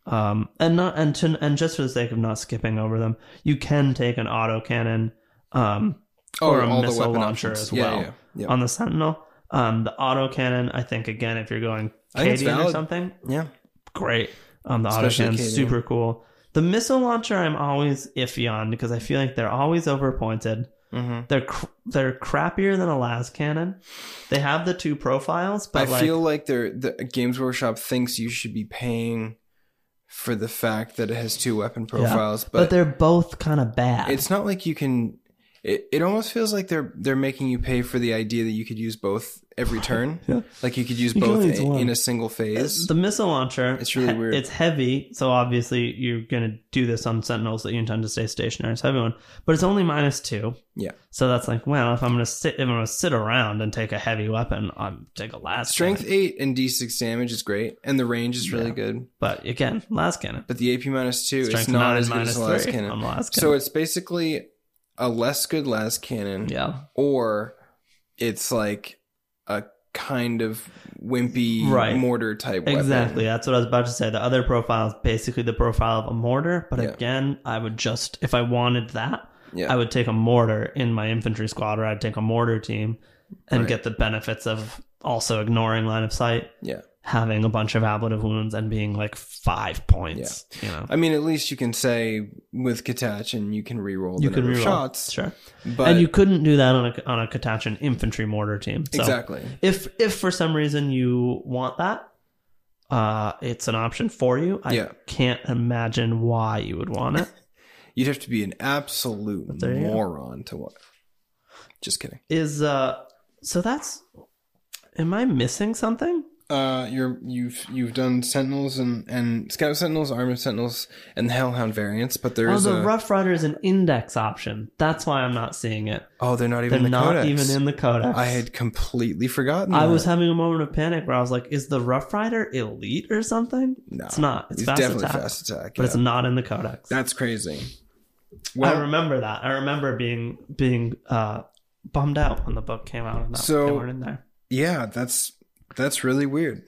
um, and not and to, and just for the sake of not skipping over them, you can take an auto cannon um,
Oh,
Or a
all the
missile
weapon
launcher
options.
as
Yeah,
well.
Yeah. Yeah.
on the Sentinel. Um, the auto cannon, I think, again, if you're going
I think it's
Cadian or
valid.
something,
yeah.
great. Um, the auto
Especially
cannon's
Cadian.
super cool. The missile launcher, I'm always iffy on because I feel like they're always overpointed.
Mm-hmm.
They're cr- they're crappier than a las cannon. They have the two profiles,
I
but like
feel like they're, the Games Workshop thinks you should be paying for the fact that it has two weapon profiles,
but,
but,
they're both kind of bad.
it's not like you can. It, it almost feels like they're they're making you pay for the idea that you could use both every turn.
Yeah.
Like you could use
You can
both
only use
in,
one. Uh,
in a single phase.
the missile launcher.
It's really
he-
weird.
It's heavy, so obviously you're gonna do this on sentinels that you intend to stay stationary. It's a heavy one, but it's only minus two.
Yeah.
So that's like, well, if I'm gonna sit, if I'm gonna sit around and take a heavy weapon, I'm take a last
Strength
cannon.
eight and D six damage is great, and the range is really
Yeah.
good.
But again, last cannon.
But the AP minus two
Strength
is not
nine,
as good
minus
as the last
three
cannon.
on the last
So
cannon.
it's basically a less good last cannon,
yeah,
or it's like a kind of wimpy
Right.
mortar type weapon.
exactly. That's what I was about to say. The other profile is basically the profile of a mortar, but
Yeah.
again, I would just if I wanted that,
Yeah.
I would take a mortar in my infantry squad, or I'd take a mortar team and
Right.
get the benefits of also ignoring line of sight,
yeah.
having a bunch of ablative wounds, and being like five points. You know,
I mean, at least you can say with Katachin, you can reroll the
you could
number of
reroll
shots,
sure,
but
and you couldn't do that on a on a Katachin infantry mortar team. So
exactly.
if if for some reason you want that. Uh, it's an option for you. I
Yeah.
can't imagine why you would want it.
You'd have to be an absolute
there you go.
moron to what? Just kidding.
Is uh, so that's. Am I missing something?
Uh, you're you've you've done Sentinels and and Scout Sentinels, Armored Sentinels, and the Hellhound variants, but there
Oh,
is
the
a
Rough Rider is an index option. That's why I'm not seeing it.
oh they're not even
They're
in the
not
codex.
even in the codex.
I had completely forgotten.
I
that.
was having a moment of panic where I was like, "Is the Rough Rider elite or something?"
no,
It's not. It's,
It's
fast
definitely
attack,
fast attack.
but it's
yeah.
not in the codex.
That's crazy. Well,
I remember that. I remember being being uh, bummed out when the book came out and that
So-
they weren't in there.
yeah, that's that's really weird.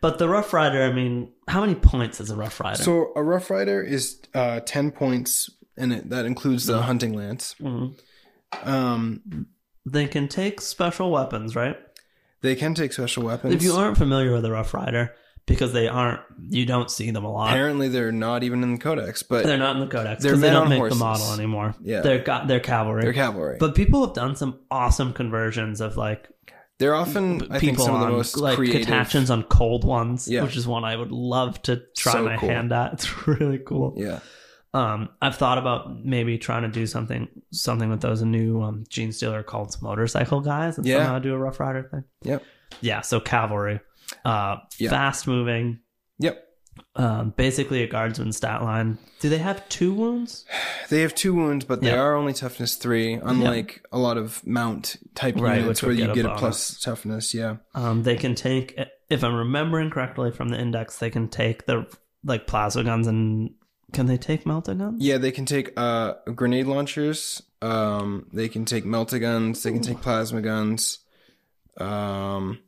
But the Rough Rider, I mean, how many points is a Rough Rider?
So a Rough Rider is uh, 10 points, and it, that includes the hunting lance.
Mhm.
Um,
They can take special weapons, right?
they can take special weapons.
If you aren't familiar with the Rough Rider, because they aren't, you don't see them a lot.
Apparently, they're not even in the codex, but
They're not in the codex
They're
because they
men
don't
on
make
horses.
the model anymore.
Yeah.
they're got they're cavalry.
they're cavalry.
but people have done some awesome conversions of like
they're often, I think,
people
some of
on
the most
like
creative.
catachins on cold ones,
Yeah.
which is one I would love to try
So
my
cool.
hand at. It's really cool.
Yeah.
Um, I've thought about maybe trying to do something something with those new um, Gene Stealer called motorcycle guys and
Yeah.
somehow do a Rough Rider thing.
Yep.
Yeah. So cavalry, uh,
Yeah.
fast moving.
Yep.
Um, basically a guardsman stat line. Do they have two wounds?
They have two wounds, but they
Yeah.
are only toughness three, unlike a lot of mount type
Right,
units
which would
where you
get a
get a
bonus.
plus toughness. Yeah.
Um, they can take, if I'm remembering correctly from the index, they can take the like plasma guns and can they take melta guns?
Yeah, they can take uh, grenade launchers. Um, they can take melta guns. They can take plasma guns. Um,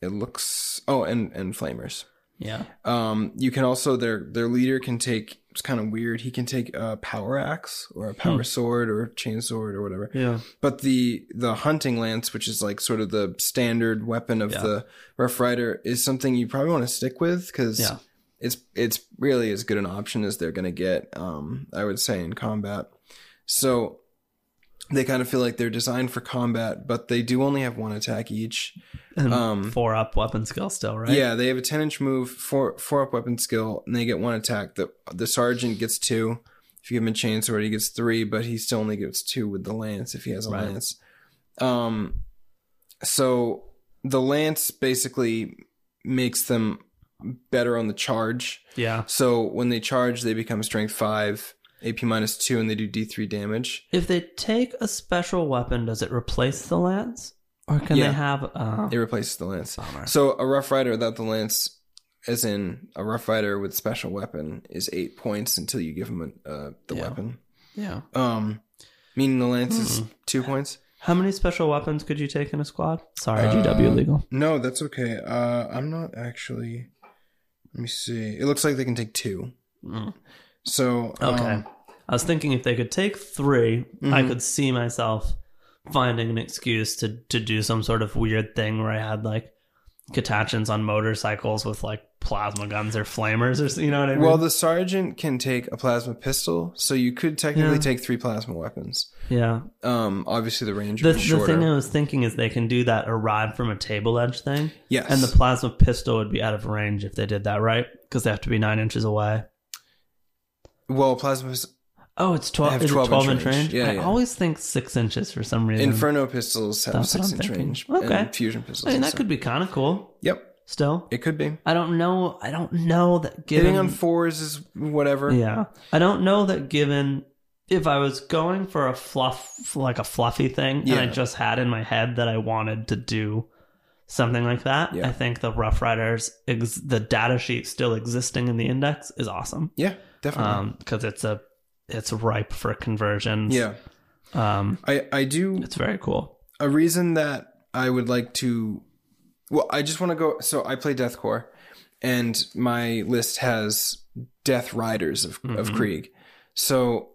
it looks oh, and and flamers.
Yeah.
Um, you can also their their leader can take. It's kind of weird. He can take a power axe or a power sword or a chain sword or whatever.
Yeah.
But the the hunting lance, which is like sort of the standard weapon of
Yeah.
the Rough Rider, is something you probably want to stick with because
Yeah.
it's it's really as good an option as they're going to get. Um, I would say in combat, so they kind of feel like they're designed for combat, but they do only have one attack each.
And
Um,
four up weapon skill still, right?
Yeah, they have a ten inch move, four four up weapon skill, and they get one attack. the The sergeant gets two. If you give him a chain sword, he gets three, but he still only gets two with the lance if he has a
Right.
lance. Um, so the lance basically makes them better on the charge.
Yeah.
So when they charge, they become strength five, AP minus two, and they do D three damage.
If they take a special weapon, does it replace the lance? Or can
Yeah.
they have uh,
It replaces the lance.
Bummer.
So a rough rider without the lance, as in a rough rider with special weapon, is eight points until you give him a, uh, the
Yeah.
weapon.
Yeah.
Um, meaning the lance is
Mm-hmm.
two points.
How many special weapons could you take in a squad? Sorry,
Uh,
GW legal.
No, that's okay. Uh, I'm not actually. Let me see. It looks like they can take two.
Mm.
So
Okay. Mm-hmm.
um,
I was thinking if they could take 3 I
Mhm.
could see myself finding an excuse to to do some sort of weird thing where I had like catachins on motorcycles with like plasma guns or flamers or s- you know what I mean?
well, the sergeant can take a plasma pistol, so you could technically
Yeah.
take three plasma weapons.
yeah.
Um, obviously the range
The,
is
the
shorter.
thing I was thinking is they can do that arrive from a table edge thing,
yes,
and the plasma pistol would be out of range if they did that, right? Because they have to be nine inches away.
well plasma pis-
Oh, it's
They
twelve.
have
Is
12
it twelve
inch
inch
range.
range?
Yeah,
I
yeah.
always think six inches for some reason.
inferno pistols have
That's what I'm
six inch
thinking.
range.
Okay.
and fusion pistols.
I mean, that
also.
could be kind of cool.
Yep,
Still,
it could be.
I don't know. I don't know that given.
Hitting on fours is whatever.
yeah, I don't know that given. If I was going for a fluff, like a fluffy thing, and I
Yeah.
just had in my head that I wanted to do something like that,
Yeah.
I think the Rough Riders, ex- the data sheet still existing in the index, is awesome
Yeah, definitely.
because um, it's a it's ripe for conversions.
yeah,
um,
I I do
it's very cool.
a reason that I would like to. Well, I just want to go. So I play deathcore, and my list has death riders of of
Mhm.
Krieg. So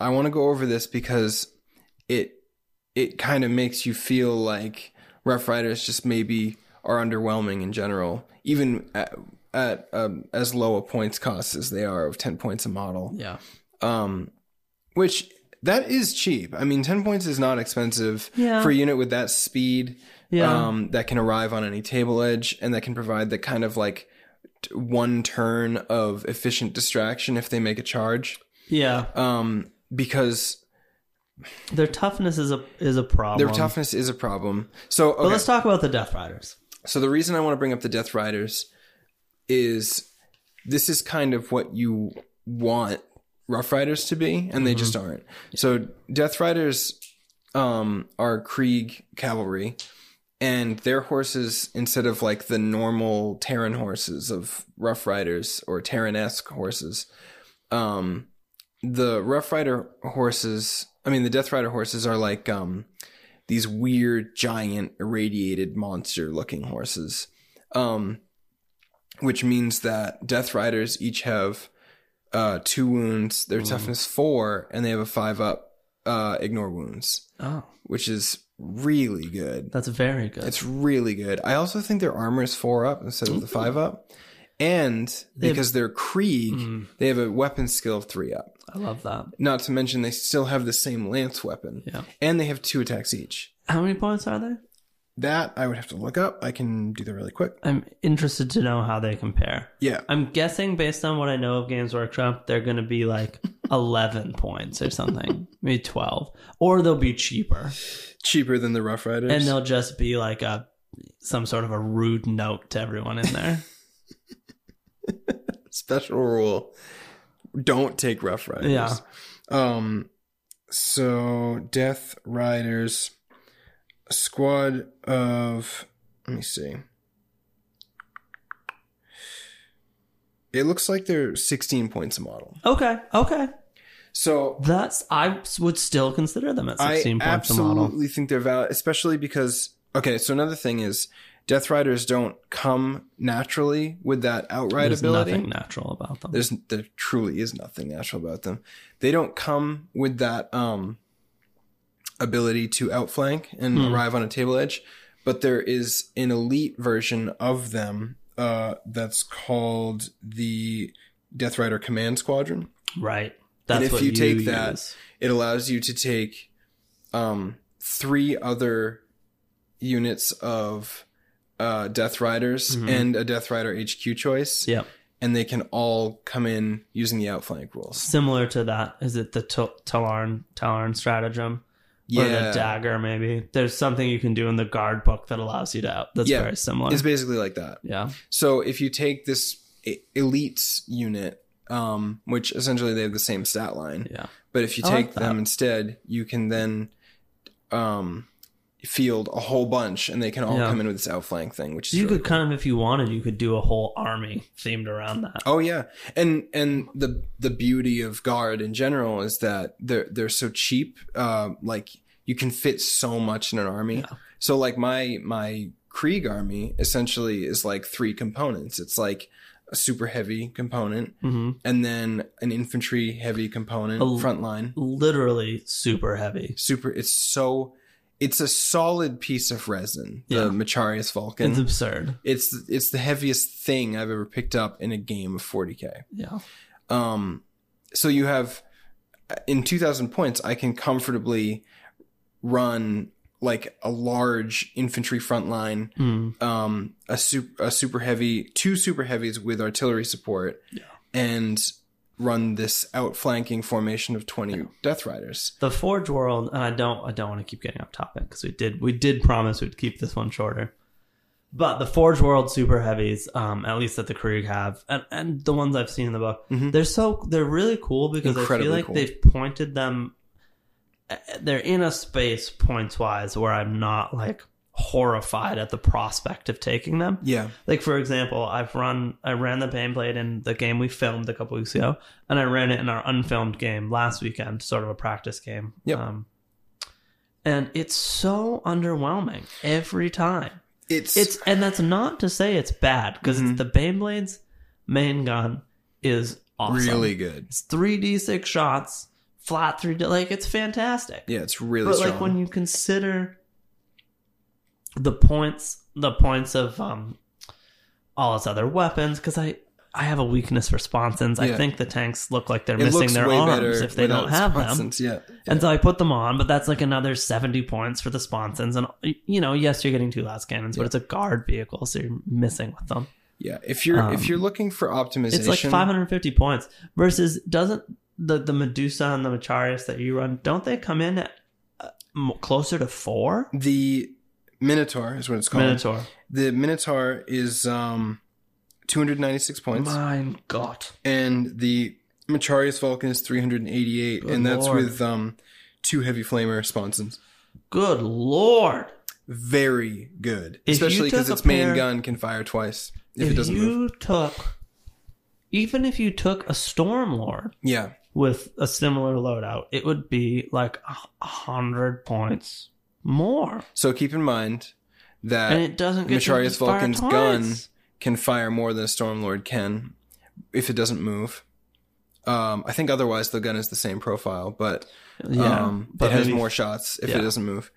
I want to go over this because it it kind of makes you feel like Rough Riders just maybe are underwhelming in general, even at, at um, as low a points cost as they are of ten points a model
Yeah,
um, which that is cheap. I mean, ten points is not expensive
Yeah.
for a unit with that speed.
yeah.
Um, that can arrive on any table edge and that can provide the kind of like t- one turn of efficient distraction if they make a charge.
Yeah,
Um, because
their toughness is a is a problem.
their toughness is a problem. So,
But
okay.
let's talk about the Death Riders.
so the reason I want to bring up the Death Riders is this is kind of what you want Rough Riders to be, and they just aren't. So Death Riders um, are Krieg cavalry, and their horses, instead of like the normal Terran horses of Rough Riders or Terran esque horses, um, the Rough Rider horses, I mean, the Death Rider horses are like um, these weird, giant, irradiated monster looking horses. Um, which means that Death Riders each have uh, two wounds, their
Mm.
toughness four, and they have a five up uh, ignore wounds,
Oh,
which is really good.
that's very good.
It's really good. I also think their armor is four up instead of the five up, and
They have-
because they're Krieg,
Mm,
they have a weapon skill of three up.
I love that.
Not to mention they still have the same lance weapon,
Yeah.
and they have two attacks each.
How many points are there?
That I would have to look up. I can do that really quick.
I'm interested to know how they compare.
Yeah,
I'm guessing based on what I know of Games Workshop, they're going to be like 11 points or something, maybe 12, or they'll be cheaper
cheaper than the Rough Riders.
and they'll just be like a some sort of a rude note to everyone in there.
special rule don't take rough riders
Yeah.
um so death riders a squad of let me see it looks like they're 16 points a model
okay, okay,
so
that's I would still consider them at
i
16 points a model.
absolutely think they're valid especially because okay so another thing is death riders don't come naturally with that outright
There's
ability
nothing natural about them.
there's there truly is nothing natural about them. They don't come with that um ability to outflank and
Hmm.
arrive on a table edge, but there is an elite version of them uh that's called the Death Rider Command Squadron.
right. That's
if
what
you
you,
take that-
use.
It allows you to take um three other units of uh Death Riders
Mhm.
and a Death Rider HQ choice.
Yep.
And they can all come in using the outflank rules.
Similar to that, is it the Tal- Talarn Talarn stratagem? or the dagger maybe there's something you can do in the guard book that allows you to out that's
Yeah.
very similar
It's basically like that.
yeah
So if you take this e- elites unit, um, which essentially they have the same stat line,
yeah
but if you
I like
take them
that.
instead, you can then um, field a whole bunch, and they can all
Yeah.
come in with this outflank thing, which is
you
really
could kind of if you wanted you could do a whole army themed around that
Oh yeah, and and the the beauty of guard in general is that they're they're so cheap. Uh, like you can fit so much in an army.
Yeah.
So like my my Krieg army essentially is like three components. It's like a super heavy component,
hmm
and then an infantry heavy component,
Oh.
front line.
literally super heavy
Super. It's so. It's a solid piece of resin.
Yeah.
The Macharius Vulcan.
it's absurd
it's it's the heaviest thing I've ever picked up in a game of 40k.
yeah
Um, so you have in 2000 points, I can comfortably run like a large infantry front line,
Mm.
um, a super, a super heavy, two super heavies with artillery support
Yeah.
and run this outflanking formation of 20 death riders.
the forge world and i don't i don't want to keep getting off topic because we did we did promise we'd keep this one shorter but the forge world super heavies um at least that the krieg have and and the ones i've seen in the book
Mhm.
they're so they're really cool because
Incredibly
I feel like
cool.
they've pointed them. eh, They're in a space points wise where I'm not like horrified at the prospect of taking them.
Yeah.
Like for example, I've run I ran the Painblade in the game we filmed a couple weeks ago, and I ran it in our unfilmed game last weekend, sort of a practice game.
Yep.
Um, and it's so underwhelming every time.
It's,
It's and that's not to say it's bad because
Mhm.
it's the Beyblade's main gun is awesome.
really good.
it's three d six shots, flat three d like it's fantastic.
Yeah. It's really
but
strong.
like when you consider the points, the points of um all its other weapons, because I I have a weakness for sponsons.
Yeah.
I think the tanks look like they're
it
missing
looks
their
way
arms
better
if they don't
without
have them.
sponsons. Yeah.
And so I put them on, but that's like another 70 points for the sponsons. And, you know, yes, you're getting two last cannons,
Yeah.
but it's a guard vehicle, so you're missing with them.
Yeah. If you're,
Um,
if you're looking for optimization,
It's like 550 points versus doesn't the, the Medusa and the Macharius that you run, don't they come in at, uh, m- closer to four?
the Minotaur is what it's called.
Minotaur.
The Minotaur is um, 296 points,
Mein Gott.
and the Macharius Vulcan is 388,
Good
and that's
lord.
with um, two heavy flamer sponsons.
Good Lord.
Very good,
If you
especially because
took a
its main
pair-
gun can fire twice if, it doesn't
you
move.
took, even if you took a Stormlord
Yeah,
with a similar loadout, it would be like a hundred points more,
so keep in mind
and
that
it doesn't get
Macharius
you fire
Vulcan's
twice.
gun can fire more than a Stormlord can if it doesn't move. Um, I think otherwise the gun is the same profile, but
Yeah,
um,
but
it has
maybe-
more shots if
yeah.
it doesn't move.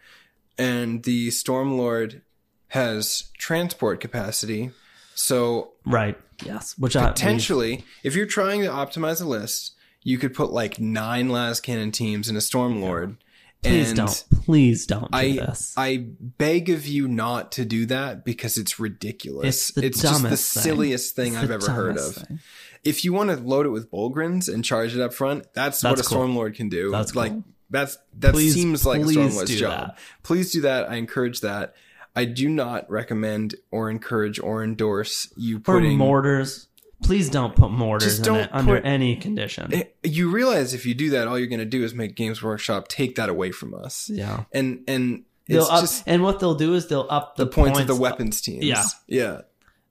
And the Stormlord has transport capacity. So
right. Yes, which I
potentially, if you're trying to optimize a list, you could put like nine Las Cannon teams in a Stormlord.
Please
and
don't. Please don't do
I-
this.
I beg of you not to do that because it's ridiculous.
It's the
just the
dumbest thing.
silliest thing
It's
I've
the
ever heard of.
dumbest thing.
If you want to load it with Bulgrins and charge it up front, that's, what a
That's cool.
Stormlord can do.
That's
like
cool.
that's that
Please-
seems like a
please
Stormlord's
do
job.
that.
Please do that. I encourage that. I do not recommend or encourage or endorse you
Or
putting
mortars. Please don't put mortars
Just
in
don't
it under
put-
any condition.
Eh, You realize if you do that, all you're going to do is make Games Workshop take that away from us.
yeah.
And and
They'll
it's
up,
just
and what they'll do is they'll up
the,
the,
points, of the
up-
weapons teams.
Yeah.
yeah,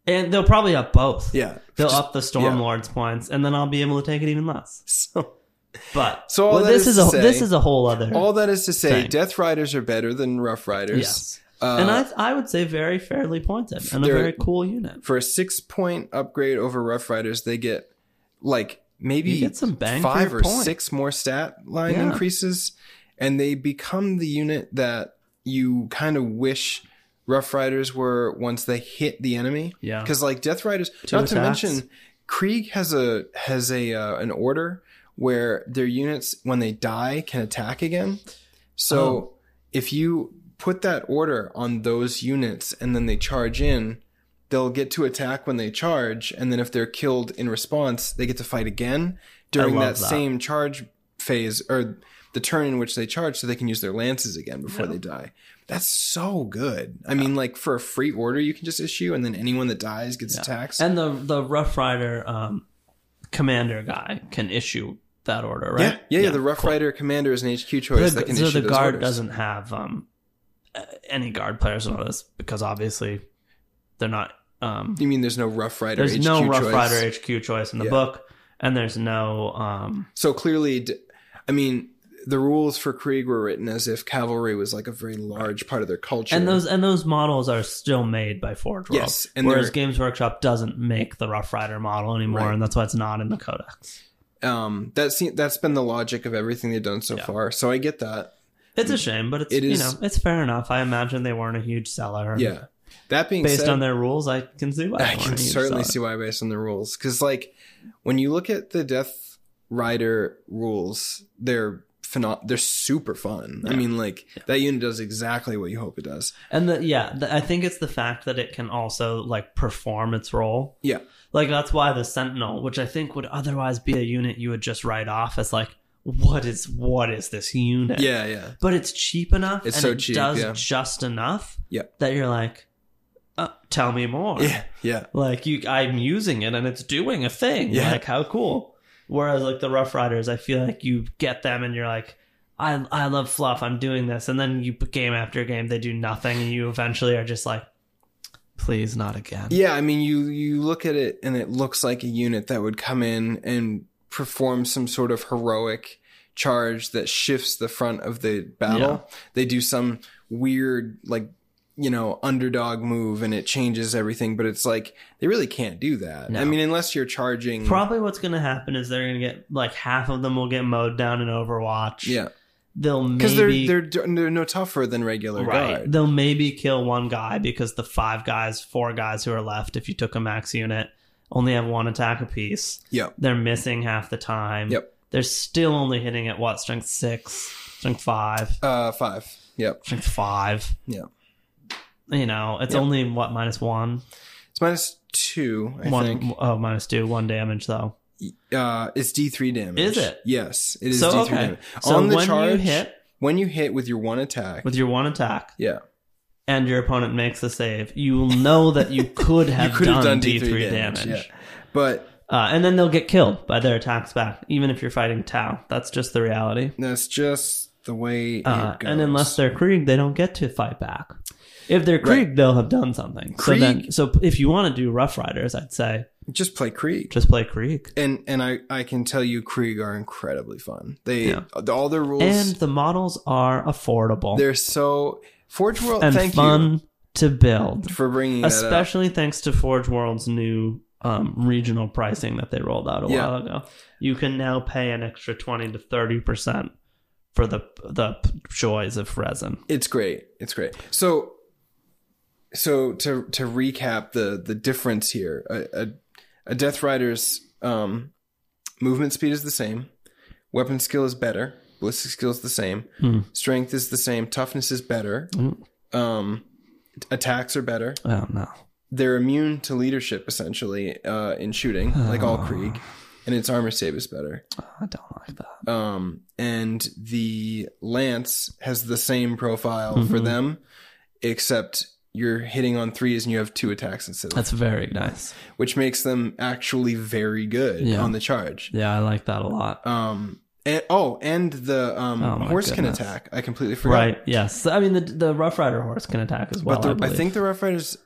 and they'll probably up both.
yeah.
They'll
Just-
up the Stormlord's points, and then I'll be able to take it even less.
so
But
So all
well,
that
this
is to
is, a
say-
this is a whole other
all that is to say,
Same.
Death Riders are better than Rough Riders.
yes,
Uh,
and I I would say very fairly pointed and a
they're-
very cool unit.
for a six point upgrade over Rough Riders, they get like maybe
You get some bang for
five
your
or
point.
six more stat line
Yeah.
increases, and they become the unit that you kind of wish Rough Riders were once they hit the enemy.
Yeah,
because like Death Riders,
Two
not
attacks.
to mention Krieg has a has a uh, an order where their units when they die can attack again. So
Oh.
if you put that order on those units and then they charge in, they'll get to attack when they charge, and then if they're killed in response, they get to fight again during
love
that,
that.
same charge phase or the turn in which they charge so they can use their lances again before
Yeah.
they die. That's so good. I mean, like for a free order you can just issue, and then anyone that dies gets
Yeah.
attacks.
and the the Rough Rider um, commander guy can issue that order,
yeah,
right?
yeah, yeah, The Rough Rider commander is an HQ
So
choice
the-
that can
so
issue
the
those
guard
orders.
doesn't have um, uh, any guard players on this because obviously they're not. Um,
You mean there's no Rough Rider?
there's
HQ
no Rough
choice?
Rider HQ choice in the
Yeah.
book, and there's no um,
So clearly, d- I mean, the rules for Krieg were written as if cavalry was like a very large part of their culture.
and those and those models are still made by Forge World.
Yes, and
whereas
they're-
Games Workshop doesn't make the Rough Rider model anymore,
Right.
and that's why it's not in the Codex.
um, that se- that's been the logic of everything they've done so
Yeah.
far. So I get that.
It's a shame, but it's
Mm. It is-
you know it's fair enough. I imagine they weren't a huge seller. and
Yeah. That being
based
said,
on their rules, I can see why. they
I
weren't
can
a huge
certainly
seller.
see why based on the rules. Because like when you look at the Death Rider rules, they're phenom- they're super fun. I
Yeah.
mean, like that unit does exactly what you hope it does.
And the, yeah, the, I think it's the fact that it can also like perform its role.
Yeah.
Like that's why the Sentinel, which I think would otherwise be a unit you would just write off as like, what is what is this unit?
Yeah, yeah.
But it's cheap enough.
It's
and
so
it
cheap,
Does
yeah.
just enough.
Yeah.
That you're like, uh, tell me more.
Yeah, yeah.
Like you, I'm using it and it's doing a thing.
Yeah.
Like how cool. Whereas like the Rough Riders, I feel like you get them and you're like, I I love fluff. I'm doing this, and then you game after game they do nothing, and you eventually are just like, please not again.
Yeah, I mean you you look at it and it looks like a unit that would come in and perform some sort of heroic charge that shifts the front of the battle. They do some weird like you know underdog move and it changes everything, but it's like they really can't do that.
No.
I mean unless you're charging
Probably what's going to happen is they're going to get like half of them will get mowed down in Overwatch.
yeah,
They'll
because they're
maybe
they're they're no tougher than regular
right.
guard.
They'll maybe kill one guy because the five guys, four guys who are left, if you took a max unit, only have one attack apiece.
Yep.
They're missing half the time.
Yep.
They're still only hitting at what strength six, strength five,
Uh, five. Yep,
strength five.
Yep.
You know, it's
Yep.
only what minus one,
it's minus two. I
one oh
think
minus two, one damage though.
uh, it's D three damage.
Is it?
Yes, it is
So,
D three
okay.
damage.
So
On the
when you
charge-
hit
when you hit with your one attack,
with your one attack,
yeah,
and your opponent makes the save, you will know that you could have,
could
done,
have done
D3,
D3
damage.
damage, but
Uh, and then they'll get killed by their attacks back, even if you're fighting Tau. That's just the reality.
that's just the way
Uh,
it goes.
and unless they're Krieg, they don't get to fight back. If they're Krieg, they'll have done something. So then,
Krieg-
so if you want to do Rough Riders, I'd say
just play Krieg,
just play Krieg.
and and I I can tell you Krieg are incredibly fun. They
Yeah.
all their rules
And the models are affordable
they're so Forge World.
and
oh, thank you.
fun to build,
for bringing that up.
especially thanks to Forge World's new um, regional pricing that they rolled out a
Yeah.
while ago. You can now pay an extra twenty to thirty percent for the the joys of resin.
It's great. It's great. So, so to to recap the the difference here, a, a, a Death Rider's um, movement speed is the same, weapon skill is better, ballistic skill is the same,
Hmm.
strength is the same, toughness is better,
Mm.
um, attacks are better.
Oh no!
They're immune to leadership essentially uh, in shooting, like all
Oh.
Krieg, and its armor save is better.
I don't like that.
um, and the lance has the same profile for
Mhm.
them, except you're hitting on threes and you have two attacks instead, of,
That's very nice.
which makes them actually very good
Yeah.
on the charge.
Yeah, I like that a lot.
Um, and oh, and the um,
Oh my
horse
goodness.
can attack. I completely forgot.
Right? Yes. I mean, the the Rough Rider horse can attack as well.
but the,
I,
I,
believe.
think the Rough Rider's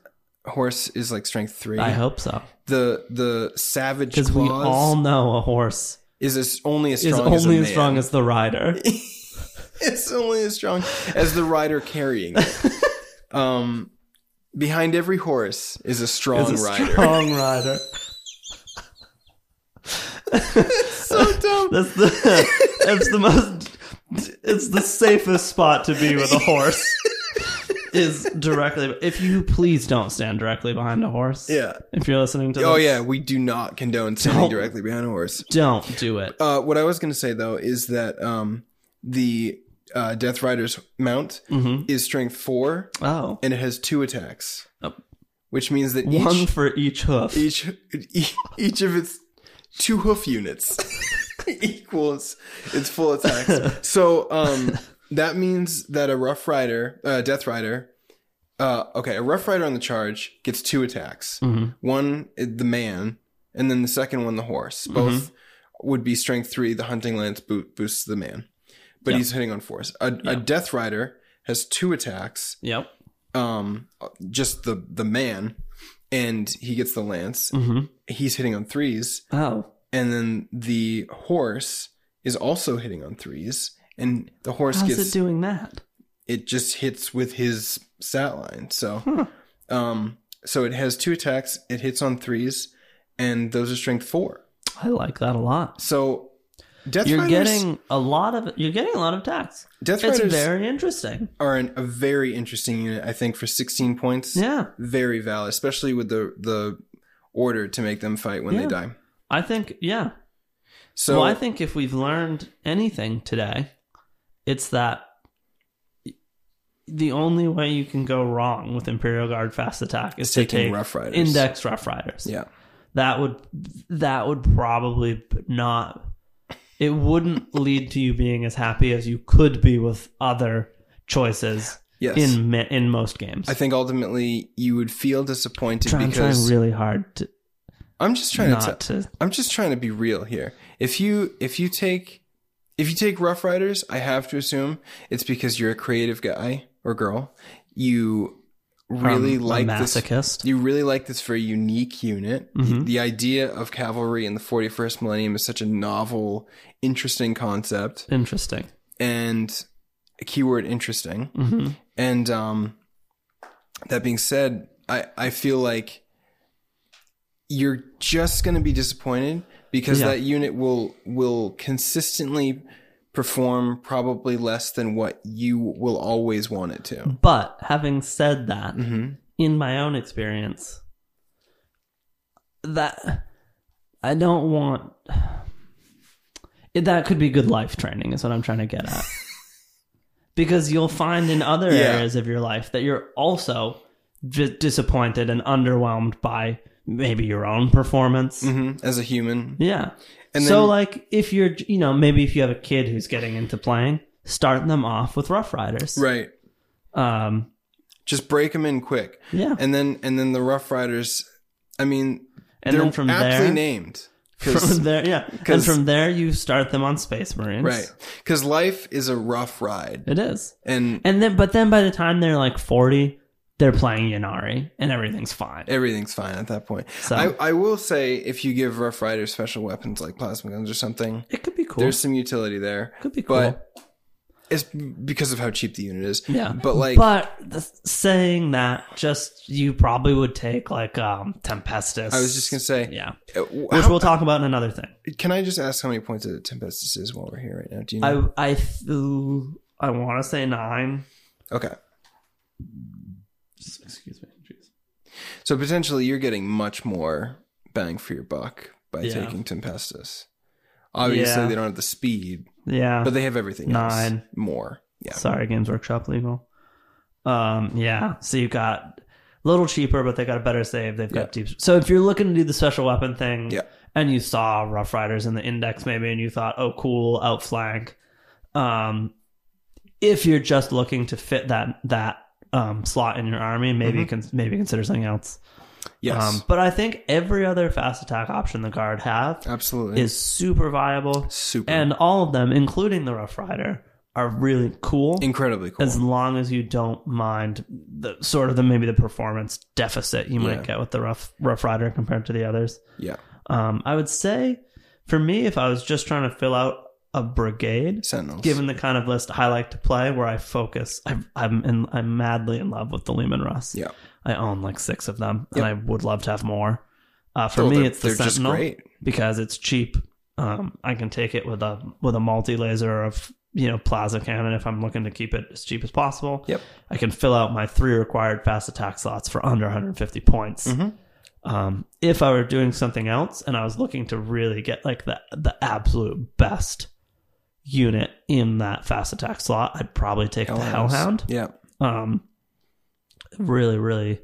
horse is like strength three.
I hope so
the the savage
because we
claws
all know a horse
is as, only as
is
strong as a
only as
man.
strong as the rider.
it's only as strong as the rider carrying it. um, behind every horse is a strong
is a
rider.
Strong rider.
so dumb.
That's the that's the most it's the safest spot to be with a horse is directly if you please don't stand directly behind a horse.
Yeah.
If you're listening to
Oh
this,
yeah, we do not condone standing
Don't.
directly behind a horse.
don't do it.
Uh, what I was going to say though is that um, the uh, Death Rider's mount
hmm
is strength four,
Oh.
and it has two attacks,
Oh.
which means that
One
each
for each hoof.
each each each of its two hoof units equals its full attacks. So um, that means that a rough rider, uh, death rider, uh, okay, a rough rider on the charge gets two attacks.
Mhm.
One uh, the man, and then the second one the horse.
Mm-hmm.
Both would be strength three. The hunting lance bo- boosts the man, but
Yeah.
he's hitting on force. A,
Yeah.
a death rider has two attacks
Yep.
um just the the man and he gets the lance
hmm
he's hitting on threes
Oh.
and then the horse is also hitting on threes and the horse
How's
gets
it
it,
doing that?
just hits with his stat line so
Huh.
um so it has two attacks it hits on threes and those are strength four
I like that a lot.
so death
You're
riders
getting a lot of you're getting a lot of attacks.
death
It's
riders
very interesting.
are an, a very interesting unit i think for 16 points
Yeah.
very valid especially with the the order to make them fight when they
Yeah.
die
I think yeah.
So
well, I think if we've learned anything today, it's that the only way you can go wrong with Imperial Guard fast attack is to
taking
take
Rough Riders.
index Rough Riders.
Yeah.
That would that would probably not. It wouldn't lead to you being as happy as you could be with other choices
Yes.
in ma- in most games.
I think ultimately you would feel disappointed
Try- I'm trying
because
really hard to
I'm just trying to
not
t-
to.
I'm just trying to be real here. If you if you take if you take Rough Riders, I have to assume it's because you're a creative guy or girl. You really
I'm Um, a
like this
masochist.
you really like this very unique unit.
Mhm.
The idea of cavalry in the 41st millennium is such a novel, interesting concept
Interesting.
and a keyword interesting.
hmm
And um, that being said, I, I feel like you're just going to be disappointed because
Yeah.
that unit will will consistently perform probably less than what you will always want it to.
But having said that,
hmm
in my own experience that I don't want it, that could be good life training is what I'm trying to get at. because you'll find in other
Yeah.
areas of your life that you're also d- disappointed and underwhelmed by maybe your own performance.
hmm As a human,
Yeah.
And
so
then-
like if you're you know maybe if you have a kid who's getting into playing, start them off with Rough Riders.
right?
Um
Just break them in quick,
yeah.
and then and then the Rough Riders. I mean,
And
they're
then from
aptly
there
named. 'cause-
From there, yeah. And
'cause-
from there, you start them on Space Marines.
right, because life is a rough ride,
It is.
and
And then, but then by the time they're like 40, they're playing Yanari and everything's fine.
everything's fine at that point.
So
I, I will say if you give Rough Riders special weapons like plasma guns or something,
it could be cool.
there's some utility there.
could be cool.
But it's because of how cheap the unit is.
Yeah.
But like,
But the, saying that, just you probably would take like um Tempestus.
I was just gonna say,
yeah,
uh, w-
which
how-
we'll talk about in another thing.
can I just ask how many points of Tempestus is while we're here right now? Do you know?
I I feel- I want to say nine.
okay.
Excuse me. Jeez.
So potentially you're getting much more bang for your buck by
Yeah.
taking Tempestus. Obviously
Yeah.
they don't have the speed,
Yeah.
but they have everything else.
Nine.
More. Yeah.
Sorry, Games Workshop legal. Um, yeah. So you got a little cheaper, but they got a better save. They've got deep. So if you're looking to do the special weapon thing,
Yeah.
and you saw Rough Riders in the index maybe, and you thought, oh, cool, outflank. Um, if you're just looking to fit that that um, slot in your army, maybe you can maybe consider something else.
Mm-hmm. Yes.
Um, but I think every other fast attack option the guard have
Absolutely.
is super viable,
super
and all of them, including the Rough Rider, are really cool
incredibly cool.
as long as you don't mind the sort of the maybe the performance deficit you might
Yeah.
get with the rough rough rider compared to the others.
yeah.
Um, I would say for me, if I was just trying to fill out a brigade,
Sentinels.
given the kind of list I like to play, where I focus, I, I'm in, I'm madly in love with the Lehman Russ.
Yeah.
I own like six of them,
Yep.
and I would love to have more. Uh, for
Oh,
me,
they're-
it's the
they're just
Sentinel
great.
because it's cheap. Um, I can take it with a with a multi laser of you know plaza cannon if I'm looking to keep it as cheap as possible.
Yep.
I can fill out my three required fast attack slots for under 150 points.
Mhm.
Um, if I were doing something else and I was looking to really get like the the absolute best unit in that fast attack slot, I'd probably take the
Hellhounds.
Hellhound.
Yeah.
Um, really, really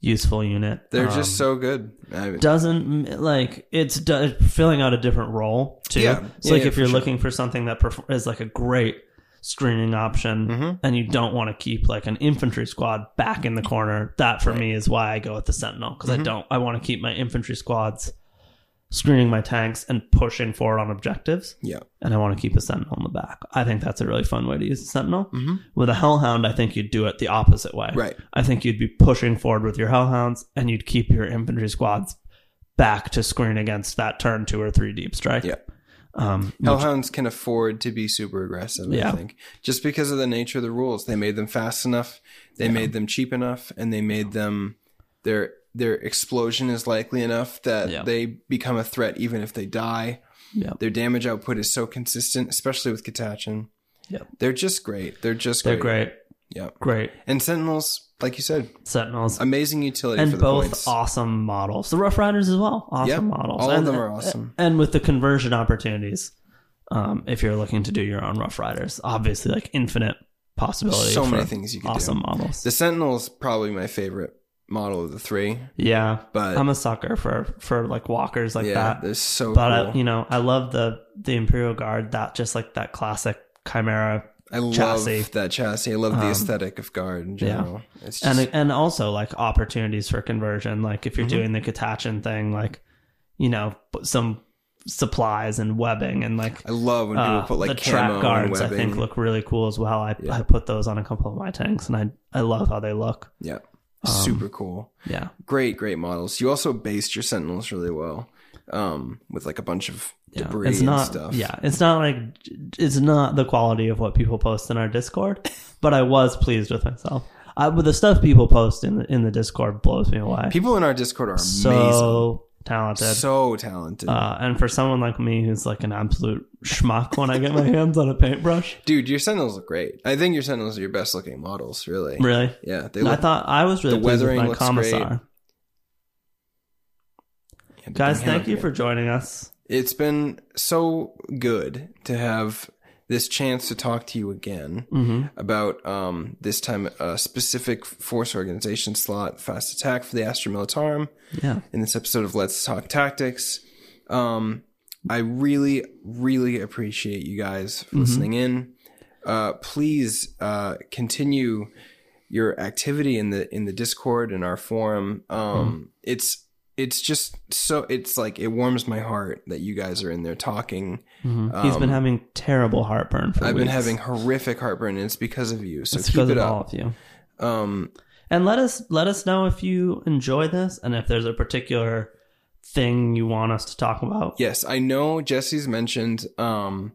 useful unit.
They're
Um,
just so good. I,
doesn't like it's do- filling out a different role too.
Yeah.
It's
Yeah,
like
yeah,
if
for
you're
sure.
looking for something that perf- is like a great screening option
Mhm.
and you don't want to keep like an infantry squad back in the corner, that for me is why I go with the sentinel because
Mm-hmm.
I don't I want to keep my infantry squads screening my tanks and pushing forward on objectives
yeah.
and I want to keep a sentinel in the back. I think that's a really fun way to use a sentinel.
Mhm.
With a hellhound, I think you'd do it the opposite way.
Right.
I think you'd be pushing forward with your Hellhounds and you'd keep your infantry squads back to screen against that turn two or three deep strike.
Yeah.
Um,
Hellhounds can afford to be super aggressive,
Yeah.
I think. Just because of the nature of the rules. They made them fast enough, they made them cheap enough, and they made them their their explosion is likely enough that
Yeah.
they become a threat even if they die.
yeah.
Their damage output is so consistent, especially with Katachin.
Yep.
They're just great. They're just
They're
great.
great,
Yeah.
great
And Sentinels, like you said,
Sentinels.
amazing utility for
and
the
both
points.
awesome models. The Rough Riders as well. Awesome
Yeah,
models.
all of
And-
them are awesome.
And with the conversion opportunities, um, if you're looking to do your own Rough Riders, obviously like infinite possibility.
So many
for
things you can
Awesome
do.
models.
The Sentinel's probably my favorite model of the three,
yeah.
but
I'm a sucker for for like walkers like
yeah,
that.
they're so
but
cool.
I, you know, I love the the Imperial Guard. That just like that classic Chimera,
I love
chassis.
that chassis. I love the
Um,
aesthetic of guard in general. It's just,
and and also like opportunities for conversion. Like if you're
Mhm.
doing the Katachin thing, like you know, put some supplies and webbing and like.
I love when people
uh,
put
the
like
trap
camo
guards,
and
I
webbing.
think, look really cool as well. I,
Yeah.
I put those on a couple of my tanks, and I I love how they look.
yeah,
um,
super cool.
Yeah,
Great, great models. You also based your sentinels really well, um, with like a bunch of
yeah.
debris
it's not,
and stuff.
yeah, it's not like it's not the quality of what people post in our Discord, but I was pleased with myself. I, but the stuff people post in the, in the Discord blows me away.
people in our Discord are amazing,
so talented.
so talented,
uh, and for someone like me who's like an absolute schmuck when I get my hands on a paintbrush,
dude. Your sentinels look great. I think your sentinels are your best looking models, really.
really,
Yeah, they
I
look.
thought I was really
the
pleased with
weathering
my
looks
commissar.
Yeah, bring
Guys,
him
thank
up
you
here.
for joining us.
It's been so good to have this chance to talk to you again.
hmm
about um, this time a specific force organization slot fast attack for the Astra Militarum
Yeah,
in this episode of Let's Talk Tactics. Um, I really, really appreciate you guys
Mm-hmm.
for listening in. Uh, please uh, continue your activity in the in the Discord and our forum.
Mm-hmm.
Um, It's it's just so it's like it warms my heart that you guys are in there talking.
Mhm. he's been
Um,
having terrible heartburn for
I've been
weeks.
having horrific heartburn, and it's because of you. So
it's
keep
because
it
of
up.
all of you.
Um,
And let us let us know if you enjoy this and if there's a particular thing you want us to talk about.
Yes, I know Jesse's mentioned um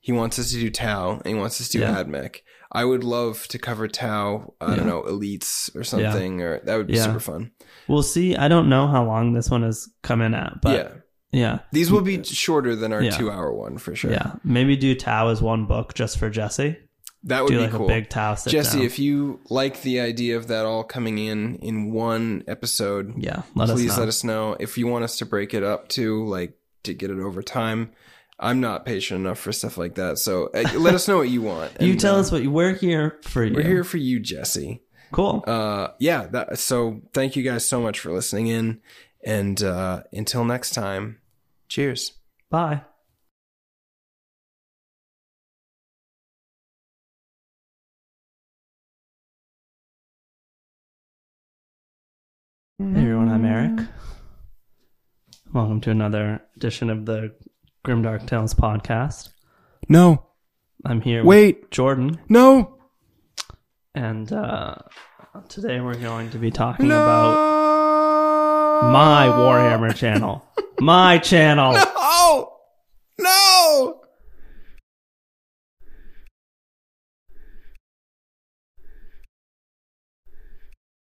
He wants us to do Tau and he wants us to do
Yeah.
AdMech. I would love to cover Tau, I don't
Yeah.
know, elites or something, or that would be
Yeah.
super fun.
We'll see. I don't know how long this one has come in at, but
yeah.
yeah.
These will be shorter than our
Yeah.
two hour one for sure.
Yeah. Maybe do Tao as one book just for Jesse.
That would
Do
be
like
cool.
a big Tao sit
Jesse,
down.
if you like the idea of that all coming in in one episode,
yeah, let us
please
know.
let us know if you want us to break it up too, like to get it over time. I'm not patient enough for stuff like that, so uh, let us know what you want.
you
And,
tell
uh,
us what you we're here for you.
We're here for you, Jesse.
Cool.
Uh, yeah. That, so thank you guys so much for listening in, and uh, until next time, cheers.
Bye. Hey everyone, I'm Eric. Welcome to another edition of the Grimdark Tales podcast.
No,
I'm here
Wait.
with Jordan,
no,
and uh, today we're going to be talking
no.
about my Warhammer channel. My channel.
Oh!